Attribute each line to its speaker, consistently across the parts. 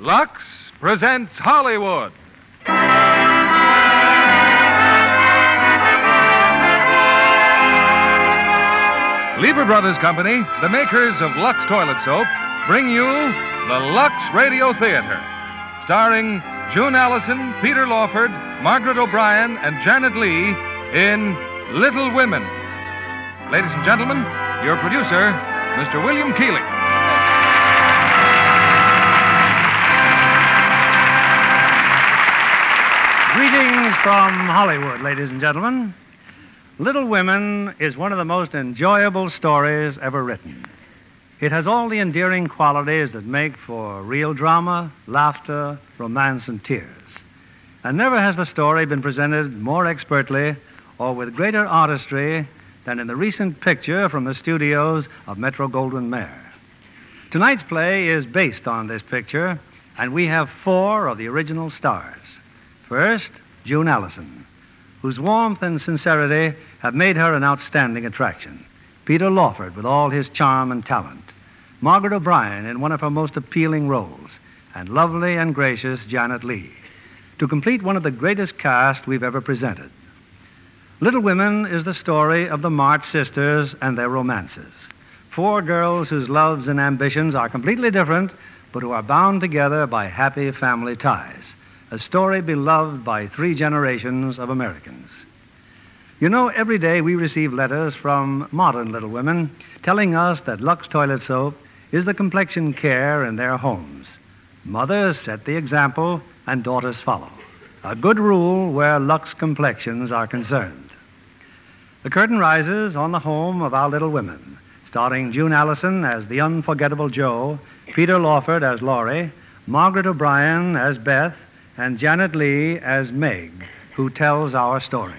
Speaker 1: Lux presents Hollywood. Lever Brothers Company, the makers of Lux Toilet Soap, bring you the Lux Radio Theater, starring June Allison, Peter Lawford, Margaret O'Brien, and Janet Lee in Little Women. Ladies and gentlemen, your producer, Mr. William Keeley.
Speaker 2: Greetings from Hollywood, ladies and gentlemen. Little Women is one of the most enjoyable stories ever written. It has all the endearing qualities that make for real drama, laughter, romance, and tears. And never has the story been presented more expertly or with greater artistry than in the recent picture from the studios of Metro Goldwyn Mayer. Tonight's play is based on this picture, and we have four of the original stars. First, June Allison, whose warmth and sincerity have made her an outstanding attraction. Peter Lawford, with all his charm and talent. Margaret O'Brien, in one of her most appealing roles. And lovely and gracious Janet Lee, to complete one of the greatest casts we've ever presented. Little Women is the story of the March sisters and their romances. Four girls whose loves and ambitions are completely different, but who are bound together by happy family ties a story beloved by three generations of Americans. You know, every day we receive letters from modern little women telling us that Lux Toilet Soap is the complexion care in their homes. Mothers set the example and daughters follow. A good rule where Lux complexions are concerned. The curtain rises on the home of our little women, starring June Allison as the unforgettable Jo, Peter Lawford as Laurie, Margaret O'Brien as Beth, and Janet Lee as Meg, who tells our story.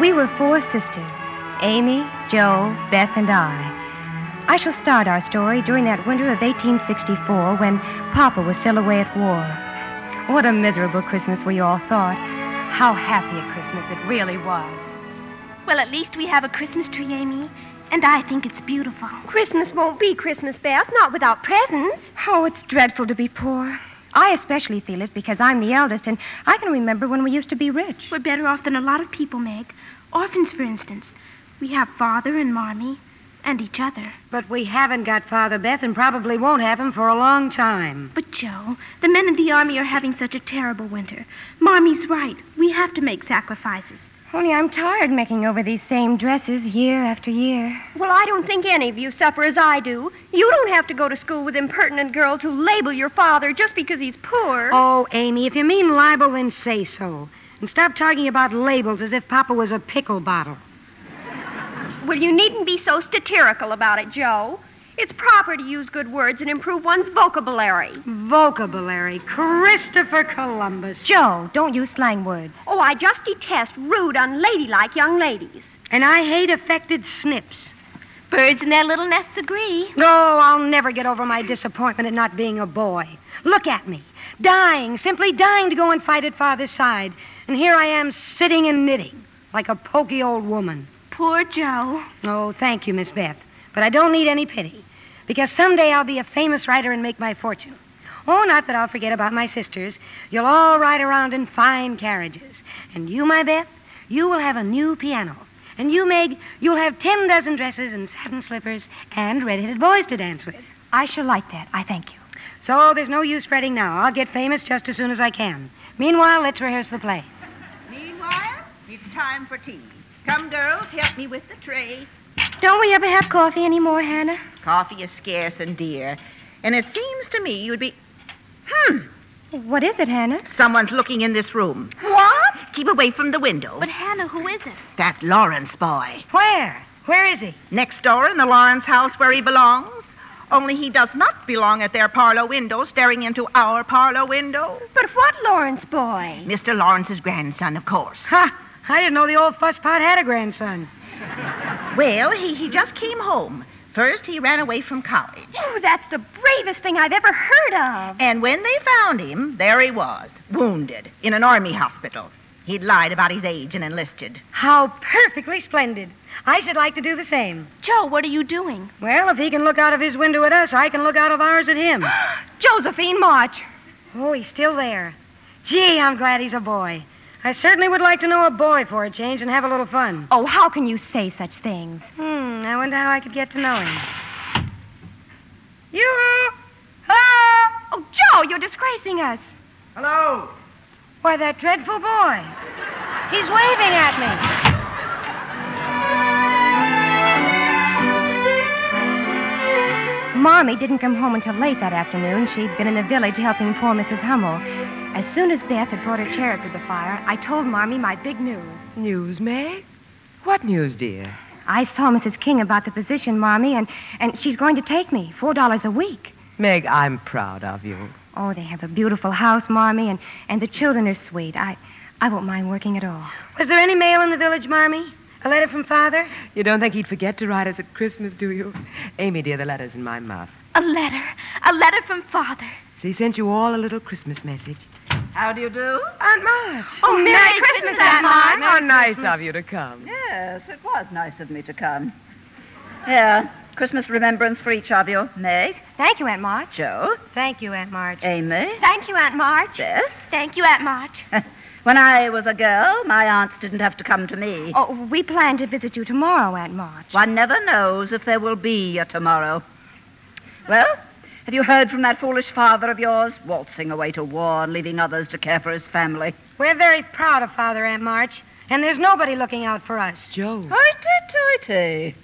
Speaker 3: We were four sisters Amy, Joe, Beth, and I. I shall start our story during that winter of 1864 when Papa was still away at war. What a miserable Christmas we all thought. How happy a Christmas it really was.
Speaker 4: Well, at least we have a Christmas tree, Amy. And I think it's beautiful.
Speaker 5: Christmas won't be Christmas, Beth, not without presents.
Speaker 3: Oh, it's dreadful to be poor. I especially feel it because I'm the eldest, and I can remember when we used to be rich.
Speaker 4: We're better off than a lot of people, Meg. Orphans, for instance. We have Father and Marmy and each other.
Speaker 5: But we haven't got Father Beth and probably won't have him for a long time.
Speaker 4: But, Joe, the men in the Army are having such a terrible winter. Marmy's right. We have to make sacrifices.
Speaker 3: Only I'm tired making over these same dresses year after year.
Speaker 5: Well, I don't think any of you suffer as I do. You don't have to go to school with impertinent girls who label your father just because he's poor.
Speaker 6: Oh, Amy, if you mean libel, then say so. And stop talking about labels as if Papa was a pickle bottle.
Speaker 5: Well, you needn't be so satirical about it, Joe. It's proper to use good words and improve one's vocabulary.
Speaker 6: Vocabulary. Christopher Columbus.
Speaker 3: Joe, don't use slang words.
Speaker 5: Oh, I just detest rude, unladylike young ladies.
Speaker 6: And I hate affected snips.
Speaker 4: Birds and their little nests agree.
Speaker 6: Oh, I'll never get over my disappointment at not being a boy. Look at me. Dying, simply dying to go and fight at Father's side. And here I am sitting and knitting like a pokey old woman.
Speaker 4: Poor Joe.
Speaker 6: Oh, thank you, Miss Beth. But I don't need any pity, because someday I'll be a famous writer and make my fortune. Oh, not that I'll forget about my sisters. You'll all ride around in fine carriages. And you, my Beth, you will have a new piano. And you, Meg, you'll have ten dozen dresses and satin slippers and red-headed boys to dance with.
Speaker 3: I shall like that. I thank you.
Speaker 6: So there's no use fretting now. I'll get famous just as soon as I can. Meanwhile, let's rehearse the play.
Speaker 7: Meanwhile, it's time for tea. Come, girls, help me with the tray.
Speaker 3: Don't we ever have coffee anymore, Hannah?
Speaker 7: Coffee is scarce and dear, and it seems to me you'd be. Hmm.
Speaker 3: What is it, Hannah?
Speaker 7: Someone's looking in this room.
Speaker 5: What?
Speaker 7: Keep away from the window.
Speaker 4: But, Hannah, who is it?
Speaker 7: that Lawrence boy,
Speaker 6: Where? Where is he?
Speaker 7: next door in the Lawrence house where he belongs. Only he does not belong at their parlor window, staring into our parlor window.
Speaker 5: But what Lawrence boy?
Speaker 7: Mr. Lawrence's grandson, of course.
Speaker 6: Ha! I didn't know the old fusspot had a grandson.
Speaker 7: Well, he, he just came home. First, he ran away from college.
Speaker 5: Oh, that's the bravest thing I've ever heard of.
Speaker 7: And when they found him, there he was, wounded, in an army hospital.
Speaker 8: He'd lied about his age and enlisted.
Speaker 6: How perfectly splendid. I should like to do the same.
Speaker 4: Joe, what are you doing?
Speaker 6: Well, if he can look out of his window at us, I can look out of ours at him.
Speaker 5: Josephine March.
Speaker 6: Oh, he's still there. Gee, I'm glad he's a boy. I certainly would like to know a boy for a change and have a little fun.
Speaker 7: Oh, how can you say such things?
Speaker 6: Hmm, I wonder how I could get to know him. You! Hello!
Speaker 5: Oh, Joe, you're disgracing us.
Speaker 9: Hello.
Speaker 6: Why, that dreadful boy. He's waving at me.
Speaker 7: Mommy didn't come home until late that afternoon. She'd been in the village helping poor Mrs. Hummel. As soon as Beth had brought her chair up to the fire, I told Mommy my big news.
Speaker 10: News, Meg? What news, dear?
Speaker 7: I saw Mrs. King about the position, Mommy, and, and she's going to take me. Four dollars a week.
Speaker 10: Meg, I'm proud of you.
Speaker 7: Oh, they have a beautiful house, Mommy, and, and the children are sweet. I, I won't mind working at all.
Speaker 6: Was there any mail in the village, Marmy? A letter from Father?
Speaker 10: You don't think he'd forget to write us at Christmas, do you? Amy, dear, the letter's in my muff.
Speaker 4: A letter. A letter from Father.
Speaker 10: So he sent you all a little Christmas message.
Speaker 8: How do you do?
Speaker 10: Aunt March.
Speaker 5: Oh, Merry, Christmas, Aunt March.
Speaker 10: how nice of you to come.
Speaker 11: Yes, it was nice of me to come. Here, Christmas remembrance for each of you. Meg,
Speaker 7: Thank you, Aunt March.
Speaker 11: Joe,
Speaker 6: Thank you, Aunt March.
Speaker 11: Amy,
Speaker 5: Thank you, Aunt March.
Speaker 11: Beth.
Speaker 4: Thank you, Aunt March.
Speaker 11: When I was a girl, my aunts didn't have to come to me.
Speaker 7: Oh, we plan to visit you tomorrow, Aunt March.
Speaker 11: One never knows if there will be a tomorrow. Well, have you heard from that foolish father of yours, waltzing away to war and leaving others to care for his family?
Speaker 6: We're very proud of Father, Aunt March, and there's nobody looking out for us.
Speaker 10: Joe.
Speaker 11: Hoity-toity.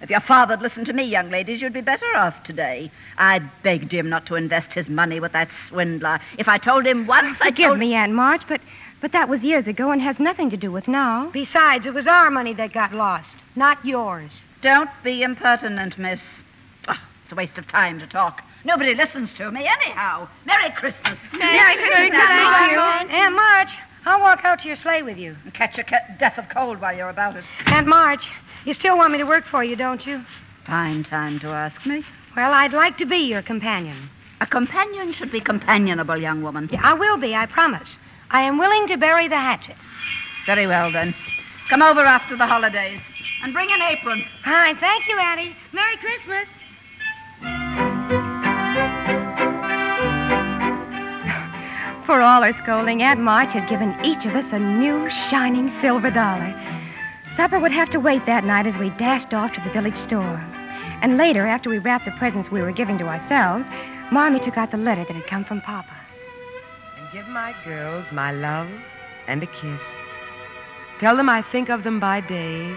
Speaker 11: If your father'd listened to me, young ladies, you'd be better off today. I begged him not to invest his money with that swindler. If I told him once, I
Speaker 7: Forgive
Speaker 11: told...
Speaker 7: me, Aunt March, but, but that was years ago and has nothing to do with now.
Speaker 6: Besides, it was our money that got lost, not yours.
Speaker 11: Don't be impertinent, miss. Ah, it's a waste of time to talk. Nobody listens to me anyhow. Merry Christmas.
Speaker 5: Merry Christmas, Aunt March.
Speaker 6: Aunt March, I'll walk out to your sleigh with you.
Speaker 11: And catch a ca- death of cold while you're about it.
Speaker 6: Aunt March, you still want me to work for you, don't you?
Speaker 11: Fine time to ask me.
Speaker 6: Well, I'd like to be your companion.
Speaker 11: A companion should be companionable, young woman.
Speaker 6: Yeah, I will be, I promise. I am willing to bury the hatchet.
Speaker 11: Very well, then. Come over after the holidays and bring an apron.
Speaker 6: Fine, thank you, Addie. Merry Christmas.
Speaker 7: For all her scolding, Aunt March had given each of us a new shining silver dollar. Supper would have to wait that night as we dashed off to the village store. And later, after we wrapped the presents we were giving to ourselves, Mommy took out the letter that had come from Papa.
Speaker 10: And give my girls my love and a kiss. Tell them I think of them by day,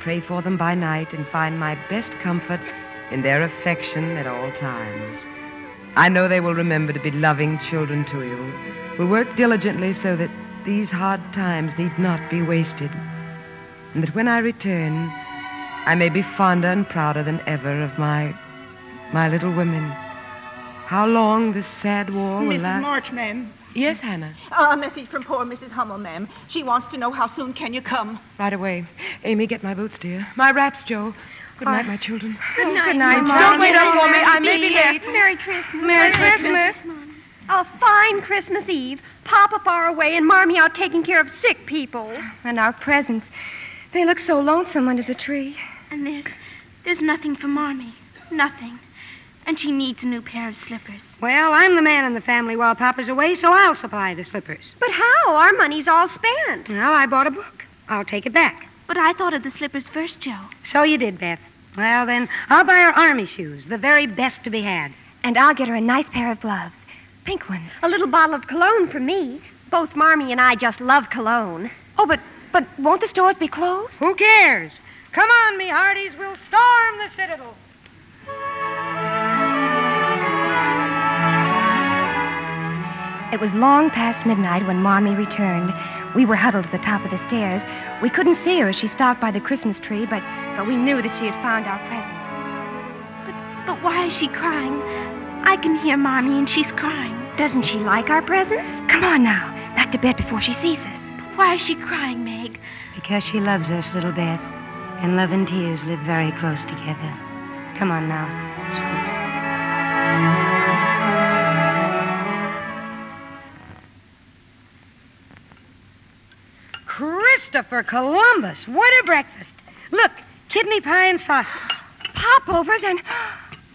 Speaker 10: pray for them by night, and find my best comfort in their affection at all times. I know they will remember to be loving children to you, will work diligently so that these hard times need not be wasted, and that when I return, I may be fonder and prouder than ever of my, my little women. How long this sad war will
Speaker 8: Mrs.
Speaker 10: last?
Speaker 8: March, ma'am.
Speaker 10: Oh,
Speaker 8: Ah,
Speaker 10: Yes, Hannah.
Speaker 8: A message from poor Mrs. Hummel, ma'am. She wants to know how soon can you come.
Speaker 10: Right away. Amy, get my boots, dear. My wraps, Joe. Good night, my children. Oh,
Speaker 5: Good night,
Speaker 7: night,
Speaker 5: Mom.
Speaker 10: Don't wait up for me. I may be late.
Speaker 5: Merry Christmas.
Speaker 7: Merry Christmas.
Speaker 5: A fine Christmas Eve. Papa far away and Marmy out taking care of sick people.
Speaker 7: And our presents. They look so lonesome under the tree.
Speaker 4: And there's there's nothing for Marmy. Nothing. And she needs a new pair of slippers.
Speaker 6: Well, I'm the man in the family while Papa's away, so I'll supply the slippers.
Speaker 5: But how? Our money's all spent.
Speaker 6: Well, I bought a book. I'll take it back.
Speaker 4: But I thought of the slippers first, Joe.
Speaker 6: So you did, Beth. Well, then, I'll buy her army shoes, the very best to be had.
Speaker 7: And I'll get her a nice pair of gloves. Pink ones.
Speaker 5: A little bottle of cologne for me. Both Marmy and I just love cologne.
Speaker 7: Oh, but but won't the stores be closed?
Speaker 6: Who cares? Come on, me hearties, we'll storm the citadel.
Speaker 7: It was long past midnight when Mommy returned. We were huddled at the top of the stairs. We couldn't see her as she stopped by the Christmas tree, but, but we knew that she had found our presents.
Speaker 4: But why is she crying? I can hear Marmy and she's crying.
Speaker 5: Doesn't she like our presents?
Speaker 7: Come on now, back to bed before she sees us.
Speaker 4: But why is she crying, Meg?
Speaker 6: Because she loves us, little Beth. And love and tears live very close together. Come on now. Scrooge. Christopher Columbus, what a breakfast. Look, kidney pie and sausage.
Speaker 5: Popovers and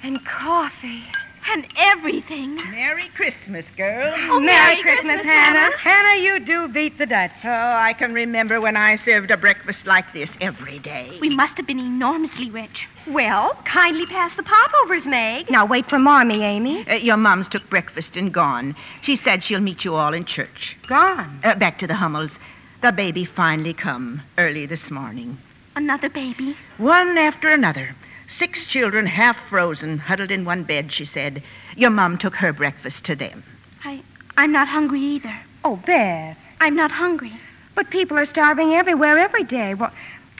Speaker 5: and coffee and everything.
Speaker 8: Merry Christmas, girls.
Speaker 6: Oh, Merry Merry Christmas, Christmas, Hannah. Hannah. you do beat the Dutch.
Speaker 8: Oh, I can remember when I served a breakfast like this every day.
Speaker 4: We must have been enormously rich.
Speaker 5: Well, kindly pass the popovers, Meg.
Speaker 7: Now wait for Marmy, Amy.
Speaker 8: Uh, your mom's took breakfast and gone. She said she'll meet you all in church.
Speaker 6: Gone?
Speaker 8: Uh, back to the Hummels. The baby finally come early this morning.
Speaker 4: Another baby?
Speaker 8: One after another. Six children, half frozen, huddled in one bed, she said. Your mom took her breakfast to them.
Speaker 4: I, I'm not hungry either.
Speaker 7: Oh, Beth.
Speaker 4: I'm not hungry.
Speaker 7: But people are starving everywhere every day. Well,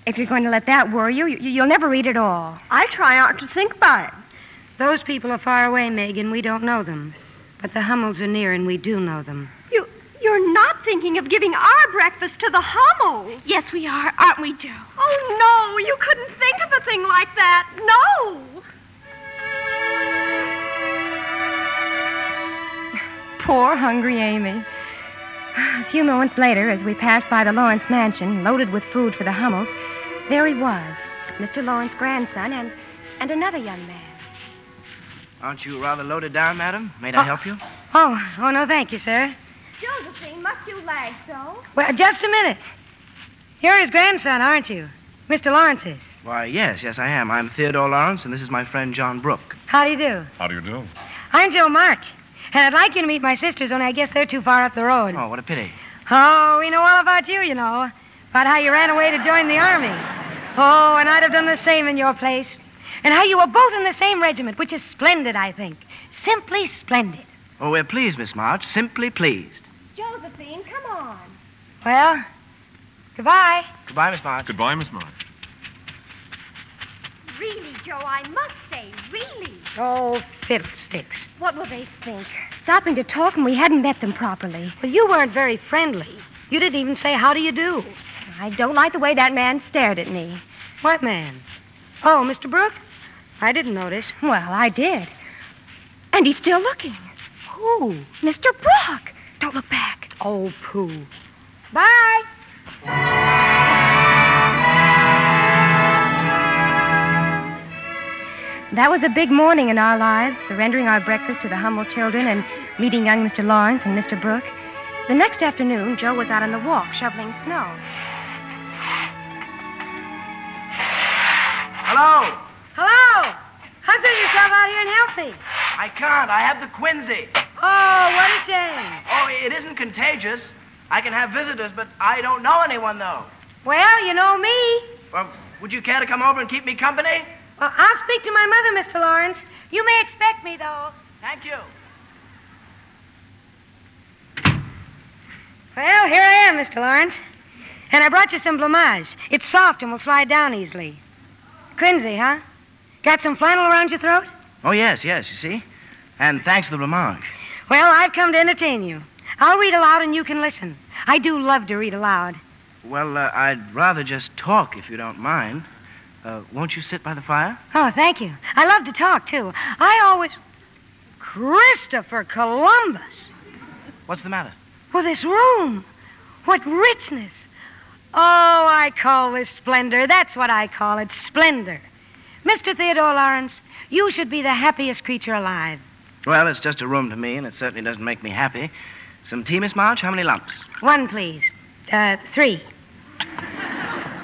Speaker 7: if you're going to let that worry you, you you'll never eat it all.
Speaker 5: I try not to think about it.
Speaker 6: Those people are far away, Meg, and we don't know them. But the Hummels are near, and we do know them.
Speaker 5: You, you're not thinking of giving our breakfast to the Hummels.
Speaker 4: Yes, we are, aren't we, Joe?
Speaker 5: Oh, no, you couldn't think of a thing like that. No.
Speaker 7: Poor, hungry Amy. A few moments later, as we passed by the Lawrence mansion, loaded with food for the Hummels, there he was, Mr. Lawrence's grandson and, and another young man.
Speaker 9: Aren't you rather loaded down, madam? May
Speaker 6: Ah.
Speaker 9: I help you?
Speaker 6: Oh, oh, no, thank you, sir.
Speaker 5: Josephine, must you lag so?
Speaker 6: Well, just a minute. You're his grandson, aren't you? Mr. Lawrence is.
Speaker 9: Why, yes, yes, I am. I'm Theodore Lawrence, and this is my friend John Brooke.
Speaker 6: How do you do?
Speaker 12: How do you do?
Speaker 6: I'm Joe March, and I'd like you to meet my sisters, only I guess they're too far up the road.
Speaker 9: Oh, what a pity.
Speaker 6: Oh, we know all about you, you know. About how you ran away to join the army. Oh, and I'd have done the same in your place. And how you were both in the same regiment, which is splendid, I think. Simply splendid.
Speaker 9: Oh, we're pleased, Miss March. Simply pleased.
Speaker 5: Josephine, come on.
Speaker 6: Well, goodbye.
Speaker 9: Goodbye, Miss March.
Speaker 12: Goodbye, Miss March.
Speaker 5: Really, Joe, I must say, really.
Speaker 6: Oh, fiddlesticks.
Speaker 5: What will they think?
Speaker 7: Stopping to talk, and we hadn't met them properly.
Speaker 6: Well, you weren't very friendly. You didn't even say, How do you do?
Speaker 7: I don't like the way that man stared at me.
Speaker 6: What man? Oh, Mr. Brooke? I didn't notice.
Speaker 7: Well, I did. And he's still looking.
Speaker 6: Who?
Speaker 7: Mr. Brooke. Don't look back.
Speaker 6: Oh, pooh.
Speaker 5: Bye.
Speaker 7: That was a big morning in our lives, surrendering our breakfast to the Hummel children and meeting young Mr. Lawrence and Mr. Brooke. The next afternoon, Joe was out on the walk shoveling snow.
Speaker 9: Hello!
Speaker 6: Hello! Hustle yourself out here and help me.
Speaker 9: I can't. I have the Quincy.
Speaker 6: Oh, what a shame.
Speaker 9: Oh, it isn't contagious. I can have visitors, but I don't know anyone, though.
Speaker 6: Well, you know me.
Speaker 9: Well, would you care to come over and keep me company?
Speaker 6: Well, I'll speak to my mother, Mr. Lawrence. You may expect me, though.
Speaker 9: Thank you.
Speaker 6: Well, here I am, Mr. Lawrence. And I brought you some blamage. It's soft and will slide down easily. Quincy, huh? Got some flannel around your throat?
Speaker 9: Oh, yes, yes, you see? And thanks for the remark.
Speaker 6: Well, I've come to entertain you. I'll read aloud and you can listen. I do love to read aloud.
Speaker 9: Well, uh, I'd rather just talk if you don't mind. Uh, won't you sit by the fire?
Speaker 6: Oh, thank you. I love to talk, too. I always. Christopher Columbus!
Speaker 9: What's the matter?
Speaker 6: Well, this room! What richness! Oh, I call this splendor. That's what I call it splendor. Mr. Theodore Lawrence, you should be the happiest creature alive.
Speaker 9: Well, it's just a room to me, and it certainly doesn't make me happy. Some tea, Miss March? How many lumps?
Speaker 6: One, please. Uh, three.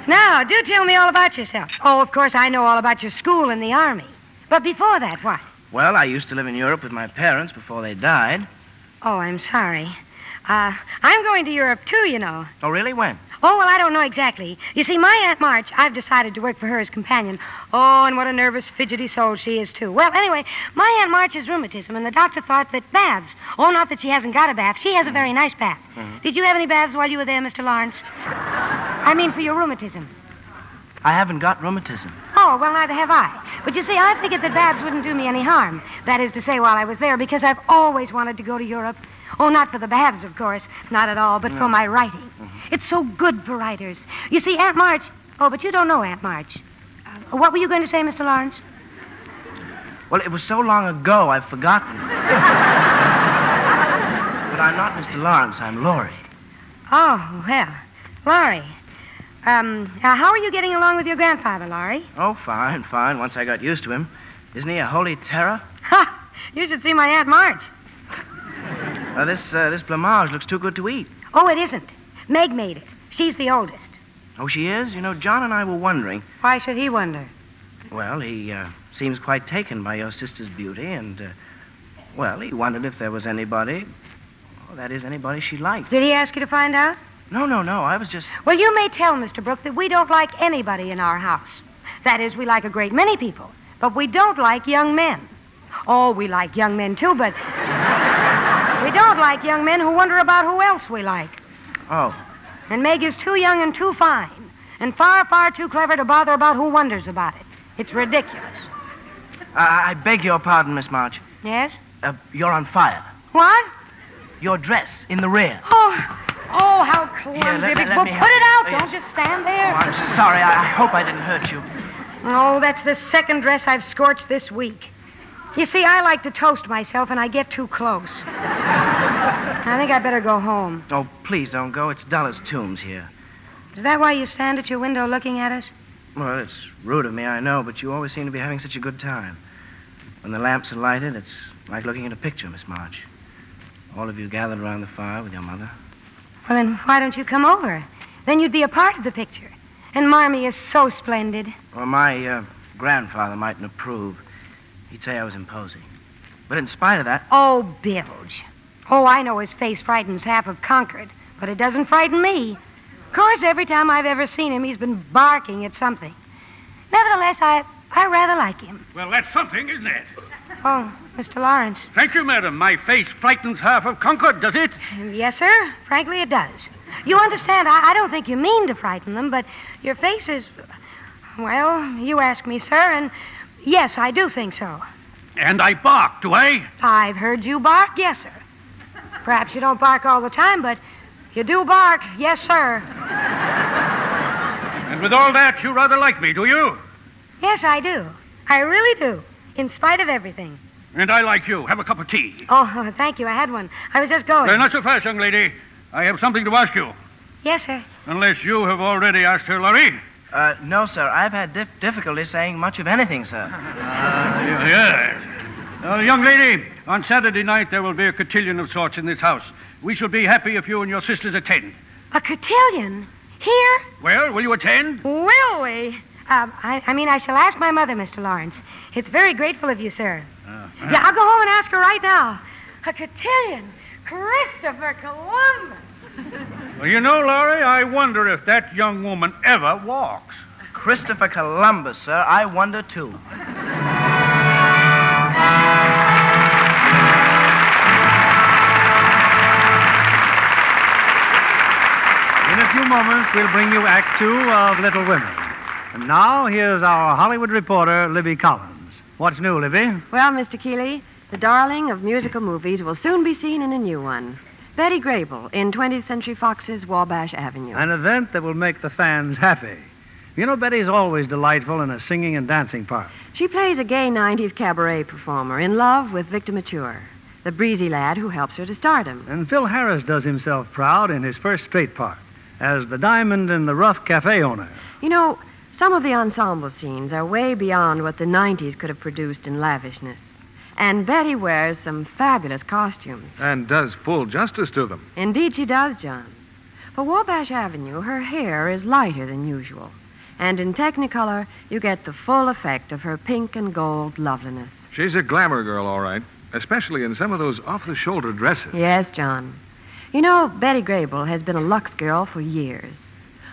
Speaker 6: now, do tell me all about yourself. Oh, of course, I know all about your school and the army. But before that, what?
Speaker 9: Well, I used to live in Europe with my parents before they died.
Speaker 6: Oh, I'm sorry. Uh, I'm going to Europe, too, you know.
Speaker 9: Oh, really? When?
Speaker 6: Oh, well, I don't know exactly. You see, my Aunt March, I've decided to work for her as companion. Oh, and what a nervous, fidgety soul she is, too. Well, anyway, my Aunt March has rheumatism, and the doctor thought that baths. Oh, not that she hasn't got a bath. She has a very nice bath.
Speaker 9: Mhm.
Speaker 6: Did you have any baths while you were there, Mr. Lawrence? I mean, for your rheumatism.
Speaker 9: I haven't got rheumatism.
Speaker 6: Oh, well, neither have I. But you see, I figured that baths wouldn't do me any harm. That is to say, while I was there, because I've always wanted to go to Europe. Oh, not for the baths, of course. Not at all, but for my writing. It's so good for writers. You see, Aunt March. Oh, but you don't know Aunt March. Uh, what were you going to say, Mr. Lawrence?
Speaker 9: Well, it was so long ago, I've forgotten. but I'm not Mr. Lawrence, I'm Laurie.
Speaker 6: Oh, well, Laurie. Um, uh, how are you getting along with your grandfather, Laurie?
Speaker 9: Oh, fine, fine, once I got used to him. Isn't he a holy terror?
Speaker 6: Ha! You should see my Aunt March.
Speaker 9: Uh, this, uh, this plumage looks too good to eat.
Speaker 6: Oh, it isn't. Meg made it. She's the oldest.
Speaker 9: Oh, she is? You know, John and I were wondering.
Speaker 6: Why should he wonder?
Speaker 9: Well, he uh, seems quite taken by your sister's beauty, and, uh, well, he wondered if there was anybody, well, that is, anybody she liked.
Speaker 6: Did he ask you to find out?
Speaker 9: No, no, no. I was just.
Speaker 6: Well, you may tell Mr. Brooke that we don't like anybody in our house. That is, we like a great many people, but we don't like young men. Oh, we like young men too, but we don't like young men who wonder about who else we like.
Speaker 9: Oh,
Speaker 6: And Meg is too young and too fine, and far, far too clever to bother about who wonders about it. It's ridiculous.
Speaker 9: I, I beg your pardon, Miss March.
Speaker 6: Yes?
Speaker 9: Uh, you're on fire.
Speaker 6: What?
Speaker 9: Your dress in the rear.
Speaker 6: Oh, oh, how clumsy!
Speaker 9: Here, let me- let
Speaker 6: well,
Speaker 9: me
Speaker 6: put
Speaker 9: help
Speaker 6: it
Speaker 9: you.
Speaker 6: out.
Speaker 9: Oh,
Speaker 6: Don't
Speaker 9: yes.
Speaker 6: just stand
Speaker 9: Oh,
Speaker 6: there.
Speaker 9: I'm sorry. I, I hope I didn't hurt you.
Speaker 6: Oh, that's the second dress I've scorched this week. You see, I like to toast myself, and I get too close. I think I better go home.
Speaker 9: Oh, please don't go. It's dull as tombs here.
Speaker 6: Is that why you stand at your window looking at us?
Speaker 9: Well, it's rude of me, I know, but you always seem to be having such a good time. When the lamps are lighted, it's like looking at a picture, Miss March. All of you gathered around the fire with your mother.
Speaker 6: Well, then why don't you come over? Then you'd be a part of the picture. And Marmee is so splendid.
Speaker 9: Well, my uh, grandfather mightn't approve. He'd say I was imposing. But in spite of that,
Speaker 6: Oh, Bilge. Oh, I know his face frightens half of Concord, but it doesn't frighten me. Of course, every time I've ever seen him, he's been barking at something. Nevertheless, I, I rather like him.
Speaker 13: Well, that's something, isn't it?
Speaker 6: Oh, Mr. Lawrence.
Speaker 13: Thank you, madam. My face frightens half of Concord, does it?
Speaker 6: Yes, sir. Frankly, it does. You understand, I, I don't think you mean to frighten them, but your face is. Well, you ask me, sir, and yes, I do think so.
Speaker 13: And I bark, do I?
Speaker 6: I've heard you bark, yes, sir. Perhaps you don't bark all the time, but you do bark, yes, sir.
Speaker 13: And with all that, you rather like me, do you?
Speaker 6: Yes, I do. I really do, in spite of everything.
Speaker 13: And I like you. Have a cup of tea.
Speaker 6: Oh, thank you. I had one. I was just going.
Speaker 13: Uh, not so fast, young lady. I have something to ask you.
Speaker 6: Yes, sir.
Speaker 13: Unless you have already asked her, Laurie.
Speaker 9: Uh, no, sir. I've had dif- difficulty saying much of anything, sir.
Speaker 13: Uh, yes. Uh, young lady, on Saturday night there will be a cotillion of sorts in this house. We shall be happy if you and your sisters attend.
Speaker 6: A cotillion? Here?
Speaker 13: Well, will you attend?
Speaker 6: Will we? Um, I, I mean, I shall ask my mother, Mr. Lawrence. It's very grateful of you, sir. Yeah, I'll go home and ask her right now. A cotillion? Christopher Columbus.
Speaker 13: Well, you know, Laurie, I wonder if that young woman ever walks.
Speaker 9: Christopher Columbus, sir. I wonder too.
Speaker 2: In a few moments, we'll bring you Act Two of Little Women. And now, here's our Hollywood reporter, Libby Collins. What's new, Libby?
Speaker 14: Well, Mr. Keeley, the darling of musical movies will soon be seen in a new one. Betty Grable in 20th Century Fox's Wabash Avenue.
Speaker 2: An event that will make the fans happy. You know, Betty's always delightful in a singing and dancing part.
Speaker 14: She plays a gay 90s cabaret performer in love with Victor Mature, the breezy lad who helps her to stardom.
Speaker 2: And Phil Harris does himself proud in his first straight part as the diamond and the rough cafe owner.
Speaker 14: You know, some of the ensemble scenes are way beyond what the 90s could have produced in lavishness. And Betty wears some fabulous costumes.
Speaker 1: And does full justice to them.
Speaker 14: Indeed, she does, John. For Wabash Avenue, her hair is lighter than usual, and in Technicolor, you get the full effect of her pink and gold loveliness.
Speaker 1: She's a glamour girl, all right, especially in some of those off the shoulder dresses.
Speaker 14: Yes, John. You know, Betty Grable has been a Lux girl for years.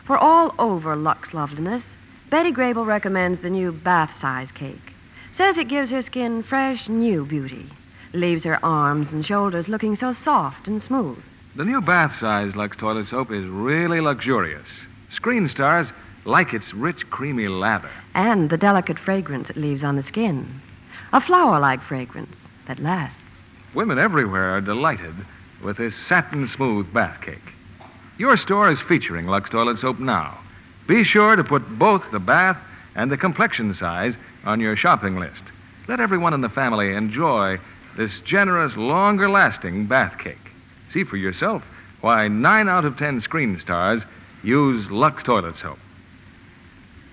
Speaker 14: For all over Lux loveliness, Betty Grable recommends the new bath size cake. Says it gives her skin fresh, new beauty, leaves her arms and shoulders looking so soft and smooth.
Speaker 1: The new bath size Lux toilet soap is really luxurious. Screen stars like its rich, creamy lather.
Speaker 14: and the delicate fragrance it leaves on the skin. A flower like fragrance that lasts.
Speaker 1: Women everywhere are delighted with this satin smooth bath cake. Your store is featuring Lux toilet soap now. Be sure to put both the bath and the complexion size on your shopping list. Let everyone in the family enjoy this generous, longer lasting bath cake. See for yourself why 9 out of 10 screen stars use Lux toilet soap.